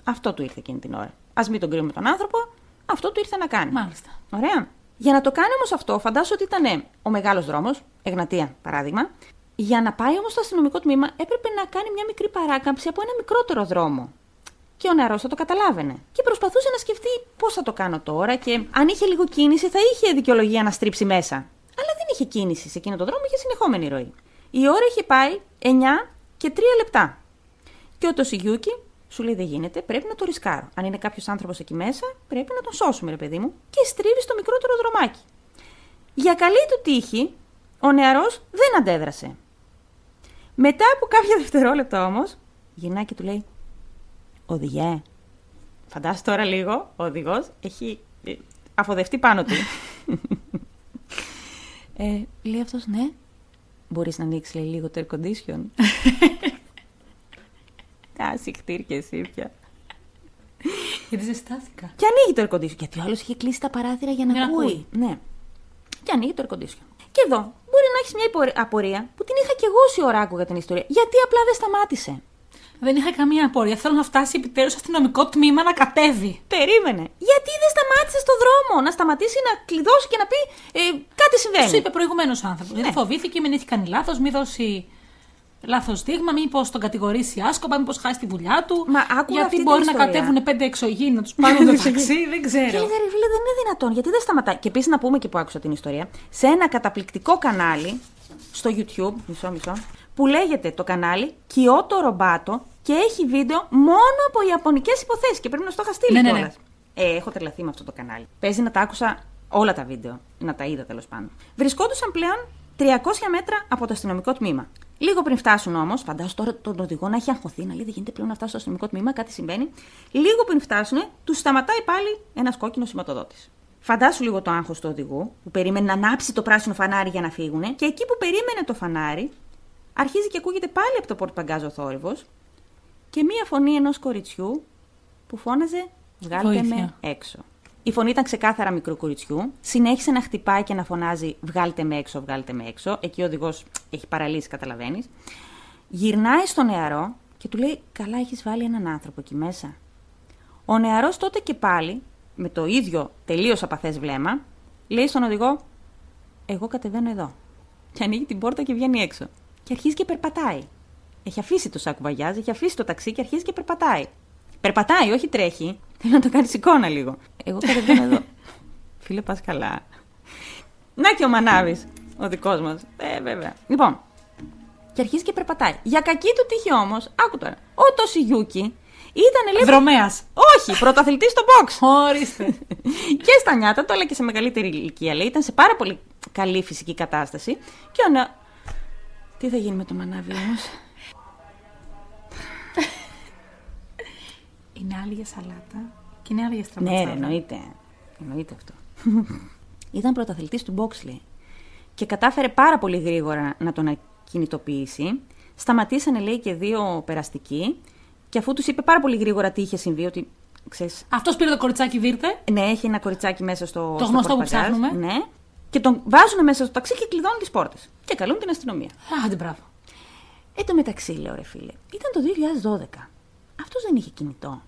[SPEAKER 1] Αυτό του ήρθε εκείνη την ώρα. Ας μην τον κρίνουμε τον άνθρωπο, αυτό του ήρθε να κάνει.
[SPEAKER 2] Μάλιστα.
[SPEAKER 1] Ωραία. Για να το κάνει όμως αυτό, φαντάσου ότι ήταν ε, ο μεγάλος δρόμος, Εγνατία παράδειγμα. Για να πάει όμως στο αστυνομικό τμήμα, έπρεπε να κάνει μια μικρή παράκαμψη από ένα μικρότερο δρόμο. Και ο νεαρός θα το καταλάβαινε. Και προσπαθούσε να σκεφτεί πώς θα το κάνω τώρα και αν είχε λίγο κίνηση, θα είχε δικαιολογία να στρίψει μέσα. Αλλά δεν είχε κίνηση σε εκείνο το δρόμο, είχε συνεχόμενη ροή. Η ώρα είχε πάει 9 και 3 λεπτά. Και ο Τωσιγιούκι σου λέει: Δεν γίνεται, πρέπει να το ρισκάρω. Αν είναι κάποιος άνθρωπος εκεί μέσα, πρέπει να τον σώσουμε, ρε παιδί μου. Και στρίβει στο μικρότερο δρομάκι. Για καλή του τύχη, ο νεαρός δεν αντέδρασε. Μετά από κάποια δευτερόλεπτα όμως, γυρνάει και του λέει: Οδηγέ. Φαντάσου τώρα λίγο, ο οδηγός έχει ε, αφοδευτεί πάνω του. ε, λέει αυτός, ναι. Μπορείς να ανοίξεις λίγο το air condition. Τα συχτήρ και εσύ πια.
[SPEAKER 2] Γιατί ζεστάθηκα.
[SPEAKER 1] Και ανοίγει το air condition. Γιατί ο άλλος είχε κλείσει τα παράθυρα για να
[SPEAKER 2] Για να
[SPEAKER 1] ακούει.
[SPEAKER 2] ακούει.
[SPEAKER 1] Ναι. Και ανοίγει το air condition. Και εδώ μπορεί να έχεις μια υπορε- απορία που την είχα κι εγώ σιωράκου για την ιστορία. Γιατί απλά δεν σταμάτησε.
[SPEAKER 2] Δεν είχα καμία απορία. Θέλω να φτάσει επιτέλους στο αστυνομικό τμήμα να κατέβει.
[SPEAKER 1] Περίμενε. Γιατί δεν σταμάτησε στο δρόμο να σταματήσει να κλειδώσει και να πει ε, κάτι συμβαίνει.
[SPEAKER 2] Σου είπε προηγουμένως ο άνθρωπος. Γιατί φοβήθηκε, μην έχει κάνει λάθος, μην δώσει λάθος δείγμα, μήπως τον κατηγορήσει άσκοπα, μήπως χάσει τη δουλειά του.
[SPEAKER 1] Μα άκουγα
[SPEAKER 2] γιατί
[SPEAKER 1] αυτή την
[SPEAKER 2] μπορεί να
[SPEAKER 1] ιστορία.
[SPEAKER 2] κατέβουν πέντε εξωγήινοι να τους πάρουν το ταξί, δεν
[SPEAKER 1] Και
[SPEAKER 2] ξέρω.
[SPEAKER 1] έλεγα, ρε φίλε, δεν είναι δυνατόν. Γιατί δεν σταματάει. Και επίσης να πούμε και που άκουσα την ιστορία. Σε ένα καταπληκτικό κανάλι στο YouTube, μισό, μισό, που λέγεται το κανάλι Kyoto Robato και έχει βίντεο μόνο από ιαπωνικές υποθέσεις. Και πρέπει να σου το είχα στείλει
[SPEAKER 2] Ναι, ναι, ναι.
[SPEAKER 1] κιόλας. Ε, έχω τρελαθεί με αυτό το κανάλι. Παίζει να τα άκουσα όλα τα βίντεο, να τα είδα τέλος πάντων. Βρισκόντουσαν πλέον 300 μέτρα από το αστυνομικό τμήμα. Λίγο πριν φτάσουν όμως, φαντάζομαι τώρα τον οδηγό να έχει αγχωθεί, να λέει δεν γίνεται πλέον να φτάσω στο αστυνομικό τμήμα, κάτι συμβαίνει. Λίγο πριν φτάσουν, τους σταματάει πάλι ένας κόκκινος σηματοδότης. Φαντάσου λίγο το άγχος του οδηγού, που περίμενε να ανάψει το πράσινο φανάρι για να φύγουν, και εκεί που περίμενε το φανάρι, αρχίζει και ακούγεται πάλι από το πορτπαγκάζ ο θόρυβος και μία φωνή ενός κοριτσιού που φώναζε Βγάλτε
[SPEAKER 2] Βοήθεια.
[SPEAKER 1] με έξω. Η φωνή ήταν ξεκάθαρα μικρού κοριτσιού. Συνέχισε να χτυπάει και να φωνάζει Βγάλτε με έξω, βγάλτε με έξω. Εκεί ο οδηγός έχει παραλύσει, καταλαβαίνεις. Γυρνάει στο νεαρό και του λέει: Καλά, έχεις βάλει έναν άνθρωπο εκεί μέσα. Ο νεαρός τότε και πάλι, με το ίδιο τελείως απαθές βλέμμα, λέει στον οδηγό: Εγώ κατεβαίνω εδώ. Και ανοίγει την πόρτα και βγαίνει έξω. Και αρχίζει και περπατάει. Έχει αφήσει το σάκου βαγιάζ, έχει αφήσει το ταξί και αρχίζει και περπατάει. Περπατάει, όχι τρέχει. Θέλω να το κάνει εικόνα λίγο. Εγώ κατεβαίνω εδώ. Φίλε, πας καλά. Να και ο Μανάβης, ο δικός μας. Ε, βέβαια. Λοιπόν, και αρχίζει και περπατάει. Για κακή του τύχη όμως, άκου τώρα. Ο Τωσιγιούκη ήταν λίγο.
[SPEAKER 2] Δρομέα.
[SPEAKER 1] Όχι, πρωταθλητής στο box.
[SPEAKER 2] Ορίστε.
[SPEAKER 1] και στα νιάτα του, αλλά και σε μεγαλύτερη ηλικία. Λέει, ήταν σε πάρα πολύ καλή φυσική κατάσταση. Και ο νε- Τι θα γίνει με το μανάβι όμως.
[SPEAKER 2] Είναι άλλη για σαλάτα και είναι άλλη
[SPEAKER 1] ναι,
[SPEAKER 2] για στραβατσάτα.
[SPEAKER 1] ρε, εννοείται. Εννοείται αυτό. ήταν πρωταθλητής του box, λέει. Και κατάφερε πάρα πολύ γρήγορα να τον κινητοποιήσει. Σταματήσανε, λέει, και δύο περαστικοί. Και αφού τους είπε πάρα πολύ γρήγορα τι είχε συμβεί, ότι ξέρεις,
[SPEAKER 2] Αυτός πήρε το κοριτσάκι, βίρτε.
[SPEAKER 1] Ναι, έχει ένα κοριτσάκι μέσα στο.
[SPEAKER 2] Το
[SPEAKER 1] στο
[SPEAKER 2] γνωστό που
[SPEAKER 1] πορτπαγκάζ.
[SPEAKER 2] ψάχνουμε.
[SPEAKER 1] Ναι. Και τον βάζουν μέσα στο ταξί και κλειδώνουν τις πόρτες. Και καλούν την αστυνομία.
[SPEAKER 2] Άντε, μπράβο.
[SPEAKER 1] Ναι. Εν τω μεταξύ, λέω ρε φίλε, ήταν το 2012. Αυτός δεν είχε κινητό.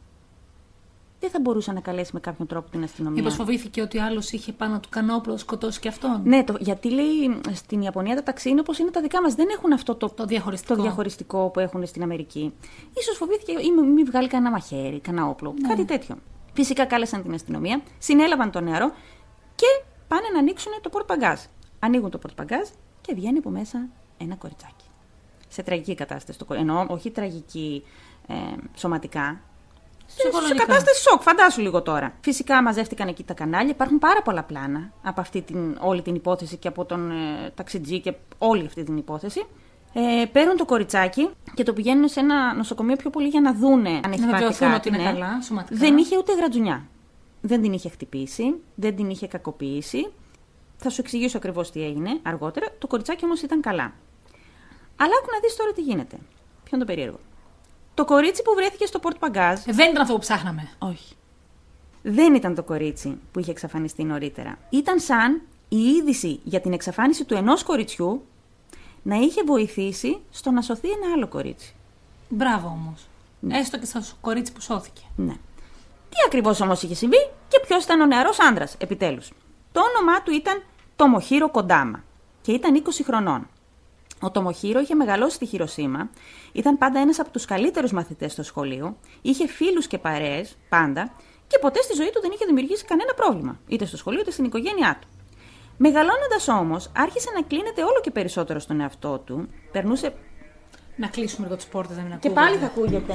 [SPEAKER 1] Δεν θα μπορούσε να καλέσει με κάποιον τρόπο την αστυνομία.
[SPEAKER 2] Μήπως φοβήθηκε ότι ο άλλος είχε πάνω του κανόπλο σκοτώσει και αυτόν.
[SPEAKER 1] Ναι, το, γιατί λέει στην Ιαπωνία τα ταξί είναι όπως είναι τα δικά μας. Δεν έχουν αυτό το,
[SPEAKER 2] Το διαχωριστικό.
[SPEAKER 1] το διαχωριστικό που έχουν στην Αμερική. σω φοβήθηκε ή μη- μη βγάλει κανένα μαχαίρι, κανένα όπλο, κάτι τέτοιο. Φυσικά κάλεσαν την αστυνομία, συνέλαβαν τον νεαρό και πάνε να ανοίξουν το πορτπαγκάζ. Ανοίγουν το πορτπαγκάζ και βγαίνει από μέσα ένα κοριτσάκι. Σε τραγική κατάσταση. Το, κορι- εννοώ, όχι τραγική ε, σωματικά, σε- Σε
[SPEAKER 2] Ψυχολογικά.
[SPEAKER 1] κατάσταση σοκ, φαντάσου λίγο τώρα. Φυσικά μαζεύτηκαν εκεί τα κανάλια. Υπάρχουν πάρα πολλά πλάνα από αυτή την, όλη την υπόθεση και από τον ε, ταξιτζή και όλη αυτή την υπόθεση. Ε, παίρνουν το κοριτσάκι και το πηγαίνουν σε ένα νοσοκομείο πιο πολύ για να δούνε αν έχει πάθει
[SPEAKER 2] βεβαιωθούν
[SPEAKER 1] κάτι,
[SPEAKER 2] ότι είναι
[SPEAKER 1] ναι.
[SPEAKER 2] καλά, σωματικά.
[SPEAKER 1] Δεν είχε ούτε γρατζουνιά. Δεν την είχε χτυπήσει, δεν την είχε κακοποιήσει. Θα σου εξηγήσω ακριβώς τι έγινε αργότερα. Το κοριτσάκι όμως ήταν καλά. Αλλά άκου να δεις τώρα τι γίνεται. Ποιο είναι το περίεργο. Το κορίτσι που βρέθηκε στο πορτ παγκάζ
[SPEAKER 2] Ε, Δεν ήταν αυτό που ψάχναμε.
[SPEAKER 1] όχι. Δεν ήταν το κορίτσι που είχε εξαφανιστεί νωρίτερα. Ήταν σαν η είδηση για την εξαφάνιση του ενός κοριτσιού να είχε βοηθήσει στο να σωθεί ένα άλλο κορίτσι.
[SPEAKER 2] Μπράβο όμως. Έστω και στο κορίτσι που σώθηκε.
[SPEAKER 1] Ναι. Τι ακριβώς όμως είχε συμβεί και ποιος ήταν ο νεαρός άντρας, επιτέλους. Το όνομά του ήταν Τομοχύρο Κοντάμα και ήταν 20 χρονών. Ο Τομοχύρο είχε μεγαλώσει στη Χειροσύμα, ήταν πάντα ένας από τους καλύτερους μαθητές στο σχολείο, είχε φίλους και παρέες πάντα και ποτέ στη ζωή του δεν είχε δημιουργήσει κανένα πρόβλημα, είτε στο σχολείο είτε στην οικογένειά του. Μεγαλώνοντας όμως, άρχισε να κλείνεται όλο και περισσότερο στον εαυτό του. Περνούσε.
[SPEAKER 2] Να κλείσουμε λίγο τις πόρτες, δεν είναι
[SPEAKER 1] Και πάλι θα ακούγεται.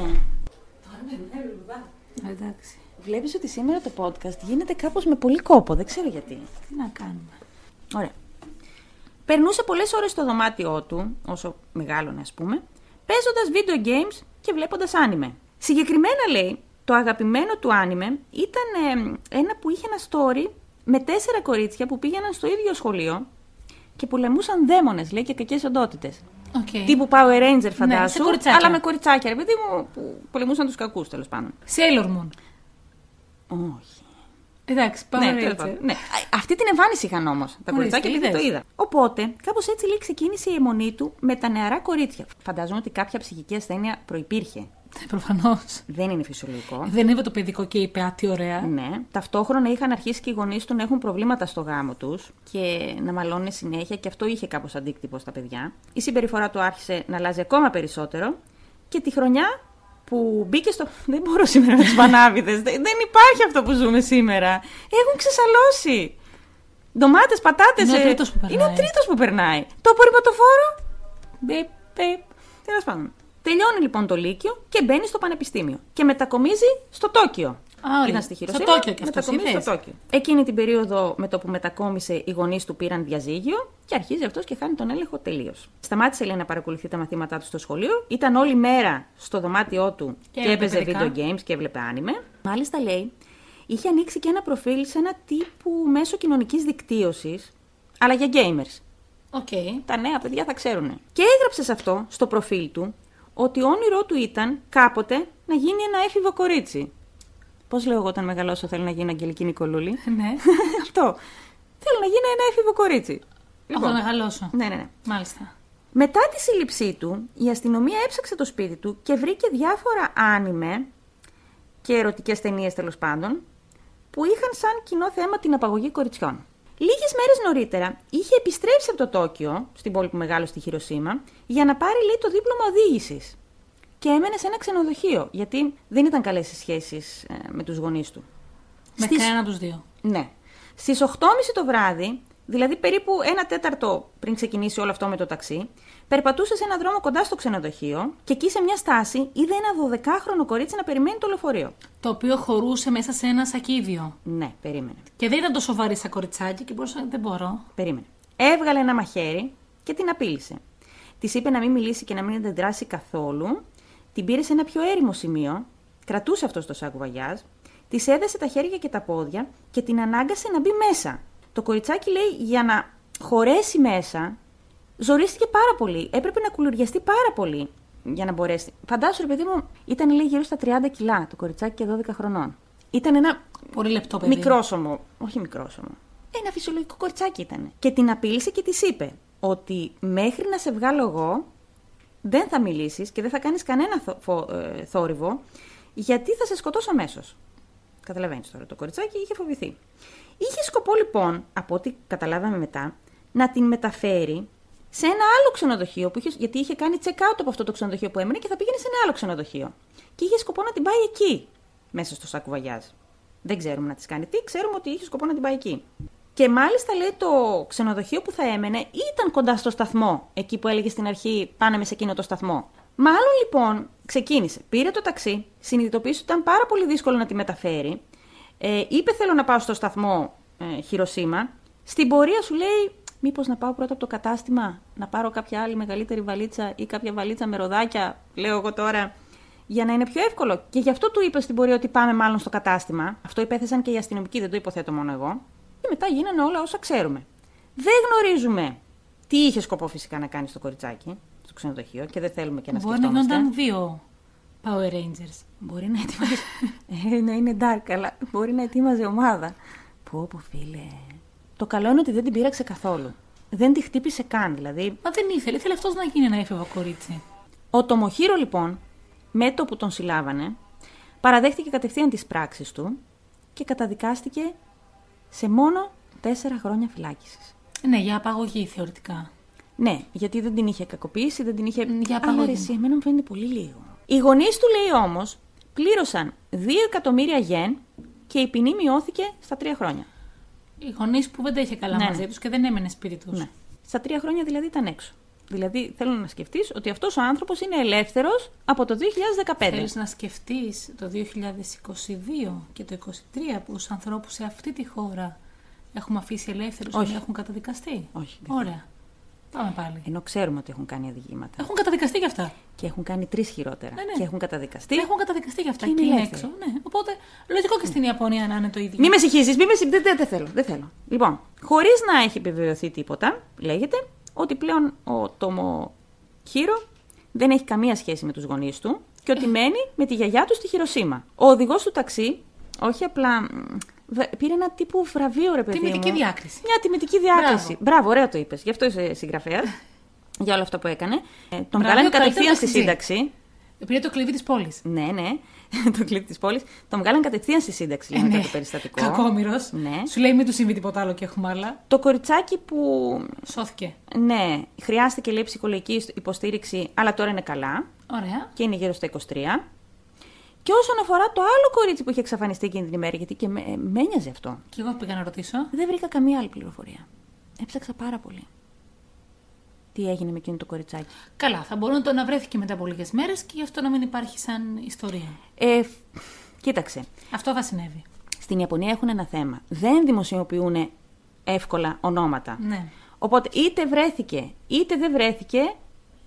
[SPEAKER 2] Εντάξει.
[SPEAKER 1] Βλέπεις ότι σήμερα το podcast γίνεται κάπως με πολύ κόπο, δεν ξέρω γιατί.
[SPEAKER 2] Τι να κάνουμε.
[SPEAKER 1] Ωραία. Περνούσε πολλές ώρες στο δωμάτιό του, όσο μεγάλωνε ας πούμε, παίζοντας video games και βλέποντας άνιμε. Συγκεκριμένα λέει, το αγαπημένο του άνιμε ήταν εμ, ένα που είχε ένα story με τέσσερα κορίτσια που πήγαιναν στο ίδιο σχολείο και πολεμούσαν δαίμονες, λέει, και κακές οντότητες.
[SPEAKER 2] Okay.
[SPEAKER 1] Τύπου Power Ranger, φαντάσου.
[SPEAKER 2] Ε, ναι, σε κοριτσάκια.
[SPEAKER 1] αλλά με κοριτσάκια, ρε παιδί μου, που πολεμούσαν τους κακούς τέλος πάντων.
[SPEAKER 2] Sailor Moon.
[SPEAKER 1] Όχι.
[SPEAKER 2] Εντάξει, πάμε
[SPEAKER 1] ναι, τέλος
[SPEAKER 2] Ρέιτσελ.
[SPEAKER 1] πάντων. ναι. Α, Αυτή την εμφάνιση είχαν όμω τα κοριτσάκια επειδή
[SPEAKER 2] είδες.
[SPEAKER 1] το είδα. Οπότε, κάπως έτσι λέει ξεκίνησε η αιμονή του με τα νεαρά κορίτσια. Φανταζόμουν ότι κάποια ψυχική ασθένεια προπήρχε.
[SPEAKER 2] Προφανώς.
[SPEAKER 1] Δεν είναι φυσιολογικό.
[SPEAKER 2] Ναι, Δεν είδε το παιδικό και είπε Α, τι ωραία.
[SPEAKER 1] Ναι. Ταυτόχρονα είχαν αρχίσει και οι γονείς του να έχουν προβλήματα στο γάμο τους και να μαλώνουν συνέχεια και αυτό είχε κάπως αντίκτυπο στα παιδιά. Η συμπεριφορά του άρχισε να αλλάζει ακόμα περισσότερο και τη χρονιά που μπήκε στο. Δεν μπορώ σήμερα με του πανάβιδε. Δεν υπάρχει αυτό που ζούμε σήμερα. Έχουν ξεσαλώσει. Ντομάτες, πατάτες.
[SPEAKER 2] Είναι ο τρίτος που περνάει.
[SPEAKER 1] Είναι ο τρίτος που περνάει. Το απορριμματοφόρο. Μπιπ, μπιπ. Τέλος πάντων. Τελειώνει λοιπόν το Λύκειο και μπαίνει στο Πανεπιστήμιο. Και μετακομίζει στο Τόκιο.
[SPEAKER 2] Α, ωραία.
[SPEAKER 1] Ήταν στη Χειροσύμα.
[SPEAKER 2] Στο Τόκιο κι αυτός,
[SPEAKER 1] μετακομίζει
[SPEAKER 2] είδες.
[SPEAKER 1] στο Τόκιο. Εκείνη την περίοδο με το που μετακόμισε, οι γονείς του πήραν διαζύγιο και αρχίζει αυτός και χάνει τον έλεγχο τελείως. Σταμάτησε λέει να παρακολουθεί τα μαθήματά του στο σχολείο. Ήταν όλη μέρα στο δωμάτιό του
[SPEAKER 2] Και
[SPEAKER 1] και,
[SPEAKER 2] έβλεπε
[SPEAKER 1] έπαιζε
[SPEAKER 2] παιδικά.
[SPEAKER 1] video games και έβλεπε άνιμε. Μάλιστα λέει, είχε ανοίξει και ένα προφίλ σε ένα τύπου μέσο κοινωνικής δικτύωσης, αλλά για gamers.
[SPEAKER 2] Οκ.
[SPEAKER 1] Τα νέα παιδιά θα ξέρουν. Και έγραψε σε αυτό, στο προφίλ του, ότι όνειρό του ήταν κάποτε να γίνει ένα έφηβο κορίτσι. Πώς λέω εγώ όταν μεγαλώσω θέλω να γίνω Αγγελική Νικολούλη.
[SPEAKER 2] Ναι.
[SPEAKER 1] αυτό. Θέλω να γίνω ένα έφηβο κορίτσι.
[SPEAKER 2] Από το μεγαλώσω.
[SPEAKER 1] Ναι, ναι, ναι.
[SPEAKER 2] Μάλιστα.
[SPEAKER 1] Μετά τη σύλληψή του, η αστυνομία έψαξε το σπίτι του και βρήκε διάφορα άνιμε και ερωτικές ταινίες τέλος πάντων, που είχαν σαν κοινό θέμα την απαγωγή κοριτσιών. Λίγες μέρες νωρίτερα είχε επιστρέψει από το Τόκιο, στην πόλη που μεγάλωσε στη Χειροσύμα, για να πάρει λέει το δίπλωμα οδήγησης. Και έμενε σε ένα ξενοδοχείο, γιατί δεν ήταν καλές οι σχέσεις με τους γονείς του.
[SPEAKER 2] Με
[SPEAKER 1] Στις-
[SPEAKER 2] κανένα από τους δύο.
[SPEAKER 1] ναι. Στις 8.30 το βράδυ, δηλαδή περίπου ένα τέταρτο πριν ξεκινήσει όλο αυτό με το ταξί, περπατούσε σε έναν δρόμο κοντά στο ξενοδοχείο και εκεί σε μια στάση είδε ένα 12χρονο κορίτσι να περιμένει το λεωφορείο.
[SPEAKER 2] Το οποίο χωρούσε μέσα σε ένα σακίδιο.
[SPEAKER 1] Ναι, περίμενε.
[SPEAKER 2] Και δεν ήταν τόσο βαρύ σαν κοριτσάκι και μπορούσα. Δεν μπορώ.
[SPEAKER 1] Περίμενε. Έβγαλε ένα μαχαίρι και την απείλησε. Της είπε να μην μιλήσει και να μην αντιδράσει καθόλου. Την πήρε σε ένα πιο έρημο σημείο. Κρατούσε αυτό το σάκου βαγιάζ. Της έδεσε τα χέρια και τα πόδια και την ανάγκασε να μπει μέσα. Το κοριτσάκι λέει για να χωρέσει μέσα. Ζορίστηκε πάρα πολύ. Έπρεπε να κουλουριαστεί πάρα πολύ για να μπορέσει. Φαντάσου, ρε παιδί μου, ήταν λέει γύρω στα 30 κιλά το κοριτσάκι και 12 χρονών. Ήταν ένα
[SPEAKER 2] Πολύ λεπτό παιδί.
[SPEAKER 1] Μικρόσωμο. Όχι μικρόσωμο. Ένα φυσιολογικό κοριτσάκι ήταν. Και την απείλησε και της είπε ότι μέχρι να σε βγάλω εγώ δεν θα μιλήσεις και δεν θα κάνεις κανένα θο- φο- ε, θόρυβο γιατί θα σε σκοτώσω αμέσως. Καταλαβαίνεις τώρα το κοριτσάκι, είχε φοβηθεί. Είχε σκοπό λοιπόν, από ό,τι καταλάβαμε μετά, να την μεταφέρει σε ένα άλλο ξενοδοχείο, που είχε, γιατί είχε κάνει check-out από αυτό το ξενοδοχείο που έμενε και θα πήγαινε σε ένα άλλο ξενοδοχείο. Και είχε σκοπό να την πάει εκεί, μέσα στο σακουβαγιάζ. Δεν ξέρουμε να της κάνει τι, ξέρουμε ότι είχε σκοπό να την πάει εκεί. Και μάλιστα λέει το ξενοδοχείο που θα έμενε ήταν κοντά στο σταθμό, εκεί που έλεγε στην αρχή πάναμε σε εκείνο το σταθμό. Μάλλον λοιπόν ξεκίνησε, πήρε το ταξί, συνειδητοποίησε ότι ήταν πάρα πολύ δύσκολο να τη μεταφέρει, ε, είπε θέλω να πάω στο σταθμό ε, Χειροσύμα, στην πορεία σου λέει μήπως να πάω πρώτα από το κατάστημα, να πάρω κάποια άλλη μεγαλύτερη βαλίτσα ή κάποια βαλίτσα με ροδάκια, λέω εγώ τώρα, για να είναι πιο εύκολο. Και γι' αυτό του είπε στην πορεία ότι πάμε μάλλον στο κατάστημα. Αυτό υπέθεσαν και οι αστυνομικοί, δεν το υποθέτω μόνο εγώ. Και μετά γίνανε όλα όσα ξέρουμε. Δεν γνωρίζουμε τι είχε σκοπό φυσικά να κάνει στο κοριτσάκι, στο ξενοδοχείο, και δεν θέλουμε και να
[SPEAKER 2] Μπορεί να
[SPEAKER 1] σκεφτόμαστε.
[SPEAKER 2] γινόταν δύο Power Rangers.
[SPEAKER 1] Μπορεί να ετοιμάζει. ε, να είναι dark, αλλά μπορεί να ετοίμαζε ομάδα. Πω, πω, φίλε. Το καλό είναι ότι δεν την πείραξε καθόλου. Δεν τη χτύπησε καν, δηλαδή
[SPEAKER 2] Μα δεν ήθελε. Ήθελε αυτός να γίνει ένα έφηβο κορίτσι.
[SPEAKER 1] Ο Τομοχύρο λοιπόν, με το που τον συλλάβανε, παραδέχτηκε κατευθείαν τις πράξεις του και καταδικάστηκε σε μόνο τέσσερα χρόνια φυλάκισης.
[SPEAKER 2] Ναι, για απαγωγή θεωρητικά.
[SPEAKER 1] Ναι, γιατί δεν την είχε κακοποιήσει, δεν την είχε.
[SPEAKER 2] για
[SPEAKER 1] Αλλά,
[SPEAKER 2] απαγωγή.
[SPEAKER 1] ρε, εσύ, εμένα μου φαίνεται πολύ λίγο. Οι γονείς του, λέει όμως, πλήρωσαν 2 εκατομμύρια γεν και η ποινή μειώθηκε στα 3 χρόνια.
[SPEAKER 2] Οι γονείς που δεν τα είχε καλά
[SPEAKER 1] Ναι,
[SPEAKER 2] μαζί
[SPEAKER 1] ναι.
[SPEAKER 2] τους και δεν έμενε σπίτι Ε, τους.
[SPEAKER 1] Ναι. Στα 3 χρόνια δηλαδή ήταν έξω. Δηλαδή θέλω να σκεφτείς ότι αυτός ο άνθρωπος είναι ελεύθερος από το 2015.
[SPEAKER 2] Θέλεις να σκεφτείς το 2022 και το 2023 που του ανθρώπους σε αυτή τη χώρα έχουμε αφήσει ελεύθερους
[SPEAKER 1] Όχι.
[SPEAKER 2] και έχουν καταδικαστεί.
[SPEAKER 1] Όχι, δεν Ε, ναι.
[SPEAKER 2] Ωραία. Πάμε πάλι.
[SPEAKER 1] Ενώ ξέρουμε ότι έχουν κάνει αδικήματα.
[SPEAKER 2] Έχουν καταδικαστεί γι' αυτά.
[SPEAKER 1] Και έχουν κάνει τρεις χειρότερα.
[SPEAKER 2] Ναι, ναι.
[SPEAKER 1] Και έχουν καταδικαστεί.
[SPEAKER 2] Έχουν καταδικαστεί γι' αυτά
[SPEAKER 1] Και
[SPEAKER 2] και
[SPEAKER 1] είναι
[SPEAKER 2] είναι
[SPEAKER 1] ελεύθεροι.
[SPEAKER 2] έξω. Ναι. Οπότε λογικό και στην Ιαπωνία να είναι το ίδιο.
[SPEAKER 1] Μη με συγχύσεις, μη με συγχύσει. Δεν, δεν- δεν θέλω, δεν θέλω. Λοιπόν, χωρίς να έχει επιβεβαιωθεί τίποτα, λέγεται ότι πλέον ο Τομοχύρο δεν έχει καμία σχέση με τους γονείς του και ότι μένει με τη γιαγιά του στη Χειροσύμα. Ο οδηγός του ταξί όχι απλά μ, Βε- Πήρε ένα τύπου βραβείο, ρε παιδί
[SPEAKER 2] Τιμητική
[SPEAKER 1] μου.
[SPEAKER 2] διάκριση.
[SPEAKER 1] Μια τιμητική διάκριση.
[SPEAKER 2] Μπράβο.
[SPEAKER 1] Μπράβο, ωραίο το είπες. Γι' αυτό είσαι συγγραφέας. για όλα αυτά που έκανε. Ε, τον
[SPEAKER 2] Βραβείο
[SPEAKER 1] βγάλανε
[SPEAKER 2] καλύτερο
[SPEAKER 1] κατευθείαν στη
[SPEAKER 2] ταξιτζή.
[SPEAKER 1] σύνταξη.
[SPEAKER 2] Πήρε το κλειδί της πόλης.
[SPEAKER 1] Ναι, ναι. το κλειπ της πόλης. Τον βγάλανε κατευθείαν στη σύνταξη,
[SPEAKER 2] Ε, ναι.
[SPEAKER 1] λοιπόν, το περιστατικό.
[SPEAKER 2] Κακόμοιρος.
[SPEAKER 1] Ναι.
[SPEAKER 2] Σου λέει μην του συμβεί τίποτα άλλο και έχουμε άλλα.
[SPEAKER 1] Το κοριτσάκι που.
[SPEAKER 2] Σώθηκε.
[SPEAKER 1] Ναι, χρειάστηκε λέει ψυχολογική υποστήριξη, αλλά τώρα είναι καλά
[SPEAKER 2] Ωραία.
[SPEAKER 1] και είναι γύρω στα 23. Και όσον αφορά το άλλο κορίτσι που είχε εξαφανιστεί εκείνη την ημέρα, γιατί και με, με ένοιαζε αυτό,
[SPEAKER 2] Και εγώ πήγα να ρωτήσω.
[SPEAKER 1] δεν βρήκα καμία άλλη πληροφορία. Έψαξα πάρα πολύ. Τι έγινε με εκείνο το κοριτσάκι.
[SPEAKER 2] Καλά, θα μπορούν το να βρέθηκε μετά από λίγες μέρες και γι' αυτό να μην υπάρχει σαν ιστορία.
[SPEAKER 1] Ε, φ- κοίταξε.
[SPEAKER 2] Αυτό θα συνέβη.
[SPEAKER 1] Στην Ιαπωνία έχουν ένα θέμα. Δεν δημοσιοποιούν εύκολα ονόματα.
[SPEAKER 2] Ναι.
[SPEAKER 1] Οπότε είτε βρέθηκε, είτε δεν βρέθηκε.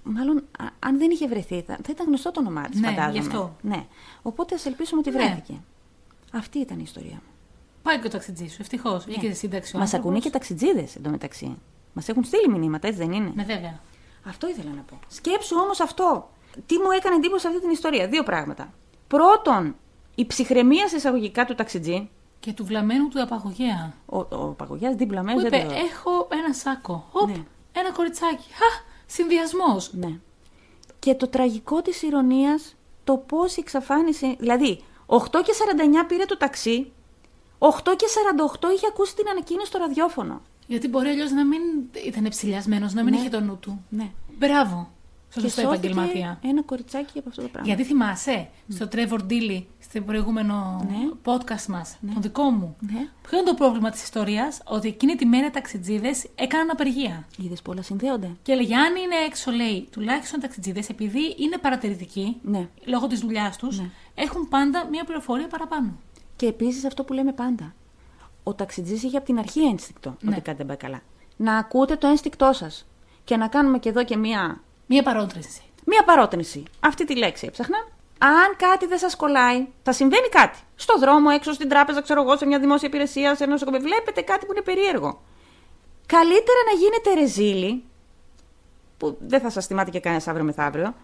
[SPEAKER 1] Μάλλον, α- αν δεν είχε βρεθεί, θα, θα ήταν γνωστό το όνομά της,
[SPEAKER 2] Ναι,
[SPEAKER 1] φαντάζομαι.
[SPEAKER 2] γι' αυτό.
[SPEAKER 1] Ναι. Οπότε ας ελπίσουμε ότι
[SPEAKER 2] Ναι.
[SPEAKER 1] βρέθηκε. Αυτή ήταν η ιστορία μου.
[SPEAKER 2] Πάει και ο ταξιτζής σου, ευτυχώς. Βγήκε στη σύνταξη ο
[SPEAKER 1] Μας
[SPEAKER 2] άνθρωπος.
[SPEAKER 1] Ναι. ακούνε και ταξιτζίδες εντωμεταξύ. Μας έχουν στείλει μηνύματα, έτσι δεν είναι.
[SPEAKER 2] Ναι, βέβαια.
[SPEAKER 1] Αυτό ήθελα να πω. Σκέψου όμως αυτό. Τι μου έκανε εντύπωση σε αυτή την ιστορία. Δύο πράγματα. Πρώτον, η ψυχραιμία σε εισαγωγικά του ταξιτζή.
[SPEAKER 2] Και του βλαμμένου του απαγωγέα.
[SPEAKER 1] Ο, ο παγωγιά δίπλα
[SPEAKER 2] Που
[SPEAKER 1] μέσα.
[SPEAKER 2] είπε: «Ε, Έχω ένα σάκο. Οπ,
[SPEAKER 1] Ναι.
[SPEAKER 2] ένα κοριτσάκι. Χα! Συνδυασμός.
[SPEAKER 1] Ναι. Και το τραγικό της ηρωνίας, το πώς η εξαφάνιση... Δηλαδή, 8 και 49 πήρε το ταξί, 8 και 48 είχε ακούσει την ανακοίνωση στο ραδιόφωνο.
[SPEAKER 2] Γιατί μπορεί αλλιώς να μην ήταν ψηλιασμένος, να μην είχε το νου του.
[SPEAKER 1] Ναι.
[SPEAKER 2] Μπράβο. Σωστό
[SPEAKER 1] σώθηκε Ε,
[SPEAKER 2] επαγγελματία.
[SPEAKER 1] ένα κοριτσάκι από αυτό το πράγμα.
[SPEAKER 2] Γιατί θυμάσαι στο Trevor Dilly, στο προηγούμενο
[SPEAKER 1] Ναι.
[SPEAKER 2] podcast μας, το δικό μου.
[SPEAKER 1] Ναι.
[SPEAKER 2] Ποιο είναι το πρόβλημα της ιστορίας, ότι εκείνη τη μέρα οι ταξιτζίδες έκαναν απεργία.
[SPEAKER 1] Είδες πολλά συνδέονται.
[SPEAKER 2] Και έλεγε, αν είναι έξω, λέει, τουλάχιστον οι ταξιτζίδες, επειδή είναι παρατηρητικοί,
[SPEAKER 1] Ναι.
[SPEAKER 2] λόγω της δουλειάς τους,
[SPEAKER 1] Ναι.
[SPEAKER 2] έχουν πάντα μία πληροφορία παραπάνω.
[SPEAKER 1] Και επίσης αυτό που λέμε πάντα. Ο ταξιτζής είχε από την αρχή ένστικτο
[SPEAKER 2] Ναι.
[SPEAKER 1] ότι κάτι δεν πάει καλά. Να ακούτε το ένστικτό σας. Και να κάνουμε και εδώ και μία
[SPEAKER 2] Μία παρότριση.
[SPEAKER 1] Μία παρότρινση. Αυτή τη λέξη έψαχνα. Αν κάτι δεν σας κολλάει, θα συμβαίνει κάτι. Στο δρόμο, έξω στην τράπεζα, ξέρω εγώ, σε μια δημόσια υπηρεσία, σε ένα νοσοκομείο. Βλέπετε κάτι που είναι περίεργο. Καλύτερα να γίνετε ρεζίλοι, που δεν θα σας θυμάται και κανένας αύριο μεθαύριο,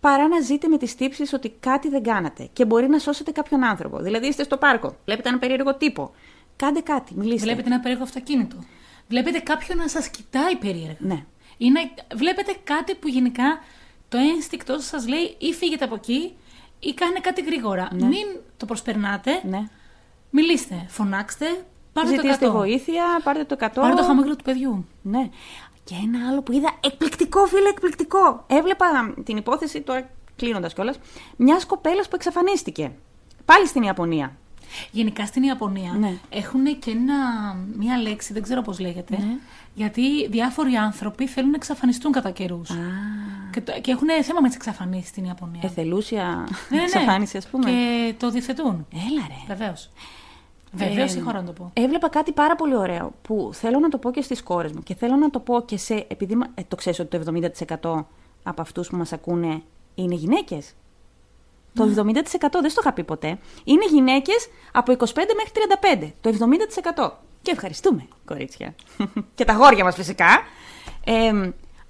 [SPEAKER 1] παρά να ζείτε με τις τύψεις ότι κάτι δεν κάνατε και μπορεί να σώσετε κάποιον άνθρωπο. Δηλαδή είστε στο πάρκο, βλέπετε έναν περίεργο τύπο. Κάντε κάτι, μιλήστε.
[SPEAKER 2] Βλέπετε ένα περίεργο αυτοκίνητο. Βλέπετε κάποιον να σας κοιτάει περίεργα.
[SPEAKER 1] Ναι.
[SPEAKER 2] Ή να... Βλέπετε κάτι που γενικά το ένστικτό σας λέει ή φύγετε από εκεί ή κάνε κάτι γρήγορα. Μην το προσπερνάτε.
[SPEAKER 1] ναι.
[SPEAKER 2] Μιλήστε, φωνάξτε, πάρτε
[SPEAKER 1] Ζητήστε
[SPEAKER 2] το 100.
[SPEAKER 1] βοήθεια, πάρτε το 100.
[SPEAKER 2] Πάρτε το χαμόγελο του παιδιού.
[SPEAKER 1] Ναι. Και ένα άλλο που είδα εκπληκτικό, φίλε, εκπληκτικό. Έβλεπα την υπόθεση, τώρα κλείνοντας κιόλας, μιας κοπέλας που εξαφανίστηκε. Πάλι στην Ιαπωνία.
[SPEAKER 2] Γενικά στην Ιαπωνία
[SPEAKER 1] Ναι.
[SPEAKER 2] έχουν και ένα, μια λέξη, δεν ξέρω πώς λέγεται,
[SPEAKER 1] Ναι.
[SPEAKER 2] γιατί διάφοροι άνθρωποι θέλουν να εξαφανιστούν κατά καιρούς. Και, το- και έχουν θέμα με τις εξαφανίσεις στην Ιαπωνία. Ναι,
[SPEAKER 1] Εθελούσια Ε, εξαφάνιση, ας πούμε. Ε.
[SPEAKER 2] Και το διευθετούν.
[SPEAKER 1] Έλα ρε.
[SPEAKER 2] Βεβαίως. Βεβαίως,
[SPEAKER 1] Ε,
[SPEAKER 2] η χώρα Ε, να το πω.
[SPEAKER 1] Έβλεπα κάτι πάρα πολύ ωραίο που θέλω να το πω και στις κόρες μου και θέλω να το πω και σε. Επειδή μα- ε, το ξέρεις ότι το 70% από αυτούς που μας ακούνε είναι γυναίκες. Το 70% δεν στο είχα πει ποτέ. Είναι γυναίκες από 25 μέχρι 35. Το 70%. Και ευχαριστούμε, κορίτσια. και τα γόρια μας φυσικά. Ε,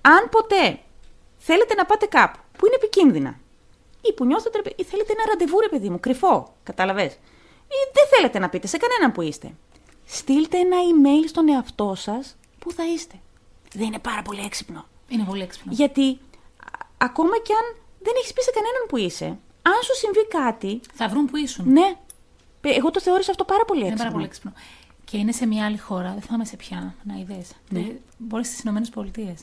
[SPEAKER 1] αν ποτέ θέλετε να πάτε κάπου που είναι επικίνδυνα ή που νιώθετε, ρε παι- ή θέλετε ένα ραντεβού, ρε παιδί μου, κρυφό, κατάλαβες. Ή δεν θέλετε να πείτε σε κανέναν που είστε. Στείλτε ένα email στον εαυτό σας που θα είστε. Δεν είναι πάρα πολύ έξυπνο.
[SPEAKER 2] Είναι πολύ έξυπνο.
[SPEAKER 1] Γιατί α, ακόμα κι αν δεν έχεις πει σε κανέναν που είσαι, αν σου συμβεί κάτι,
[SPEAKER 2] Θα βρουν που ήσουν.
[SPEAKER 1] ναι. Ε, Εγώ το θεώρησα αυτό πάρα πολύ
[SPEAKER 2] Είναι
[SPEAKER 1] έξυπνο.
[SPEAKER 2] πάρα πολύ έξυπνο. Και είναι σε μια άλλη χώρα, δεν θυμάμαι σε ποια, να Ε, είδες.
[SPEAKER 1] Ναι.
[SPEAKER 2] Μπορείς στις Ηνωμένες Πολιτείες.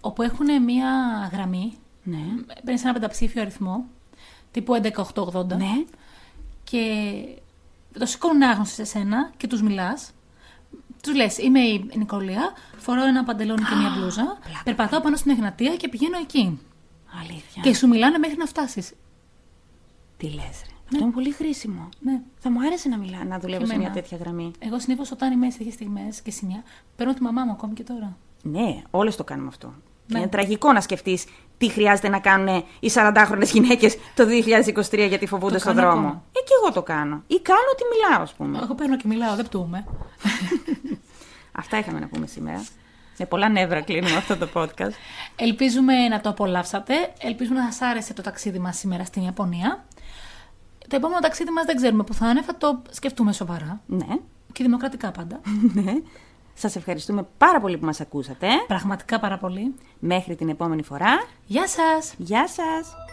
[SPEAKER 2] Όπου έχουν μια γραμμή,
[SPEAKER 1] Ναι.
[SPEAKER 2] παίρνει ένα πενταψήφιο αριθμό, τύπου 11880,
[SPEAKER 1] Ναι.
[SPEAKER 2] και το σηκώνουν άγνωστοι σε σένα και τους μιλάς. Τους λες: Είμαι η Νικολία, φορώ ένα παντελόνι και μια μπλούζα,
[SPEAKER 1] Πλάκα. Ναι.
[SPEAKER 2] περπατάω πάνω στην Εγνατία και πηγαίνω εκεί.
[SPEAKER 1] Αλήθεια.
[SPEAKER 2] Και σου μιλάνε μέχρι να φτάσεις.
[SPEAKER 1] Τι λες, ρε. Αυτό είναι πολύ χρήσιμο.
[SPEAKER 2] Ναι.
[SPEAKER 1] Θα μου άρεσε να μιλά, να δουλεύω
[SPEAKER 2] Και
[SPEAKER 1] σε μια
[SPEAKER 2] εμένα.
[SPEAKER 1] τέτοια γραμμή.
[SPEAKER 2] Εγώ συνήθως όταν είμαι σε τέτοιες στιγμές και σημεία, παίρνω τη μαμά μου ακόμη και τώρα.
[SPEAKER 1] Ναι, όλες το κάνουμε αυτό.
[SPEAKER 2] Ναι.
[SPEAKER 1] Είναι τραγικό να σκεφτείς τι χρειάζεται να κάνουν οι 40χρονε γυναίκες το 2023 γιατί φοβούνται
[SPEAKER 2] Το
[SPEAKER 1] στον
[SPEAKER 2] κάνω
[SPEAKER 1] δρόμο.
[SPEAKER 2] ακόμα.
[SPEAKER 1] Ε, και εγώ το κάνω. Ή κάνω ότι μιλάω, ας πούμε.
[SPEAKER 2] Εγώ παίρνω και μιλάω, δεν πτούμε.
[SPEAKER 1] Αυτά είχαμε να πούμε σήμερα. Με πολλά νεύρα κλείνουμε αυτό το podcast.
[SPEAKER 2] Ελπίζουμε να το απολαύσατε. Ελπίζουμε να σας άρεσε το ταξίδι μας σήμερα στην Ιαπωνία. Το επόμενο ταξίδι μας δεν ξέρουμε που θα είναι, θα το σκεφτούμε σοβαρά
[SPEAKER 1] Ναι,
[SPEAKER 2] και δημοκρατικά πάντα.
[SPEAKER 1] ναι. Σας ευχαριστούμε πάρα πολύ που μας ακούσατε.
[SPEAKER 2] Πραγματικά πάρα πολύ.
[SPEAKER 1] Μέχρι την επόμενη φορά,
[SPEAKER 2] Γεια σας!
[SPEAKER 1] γεια σας!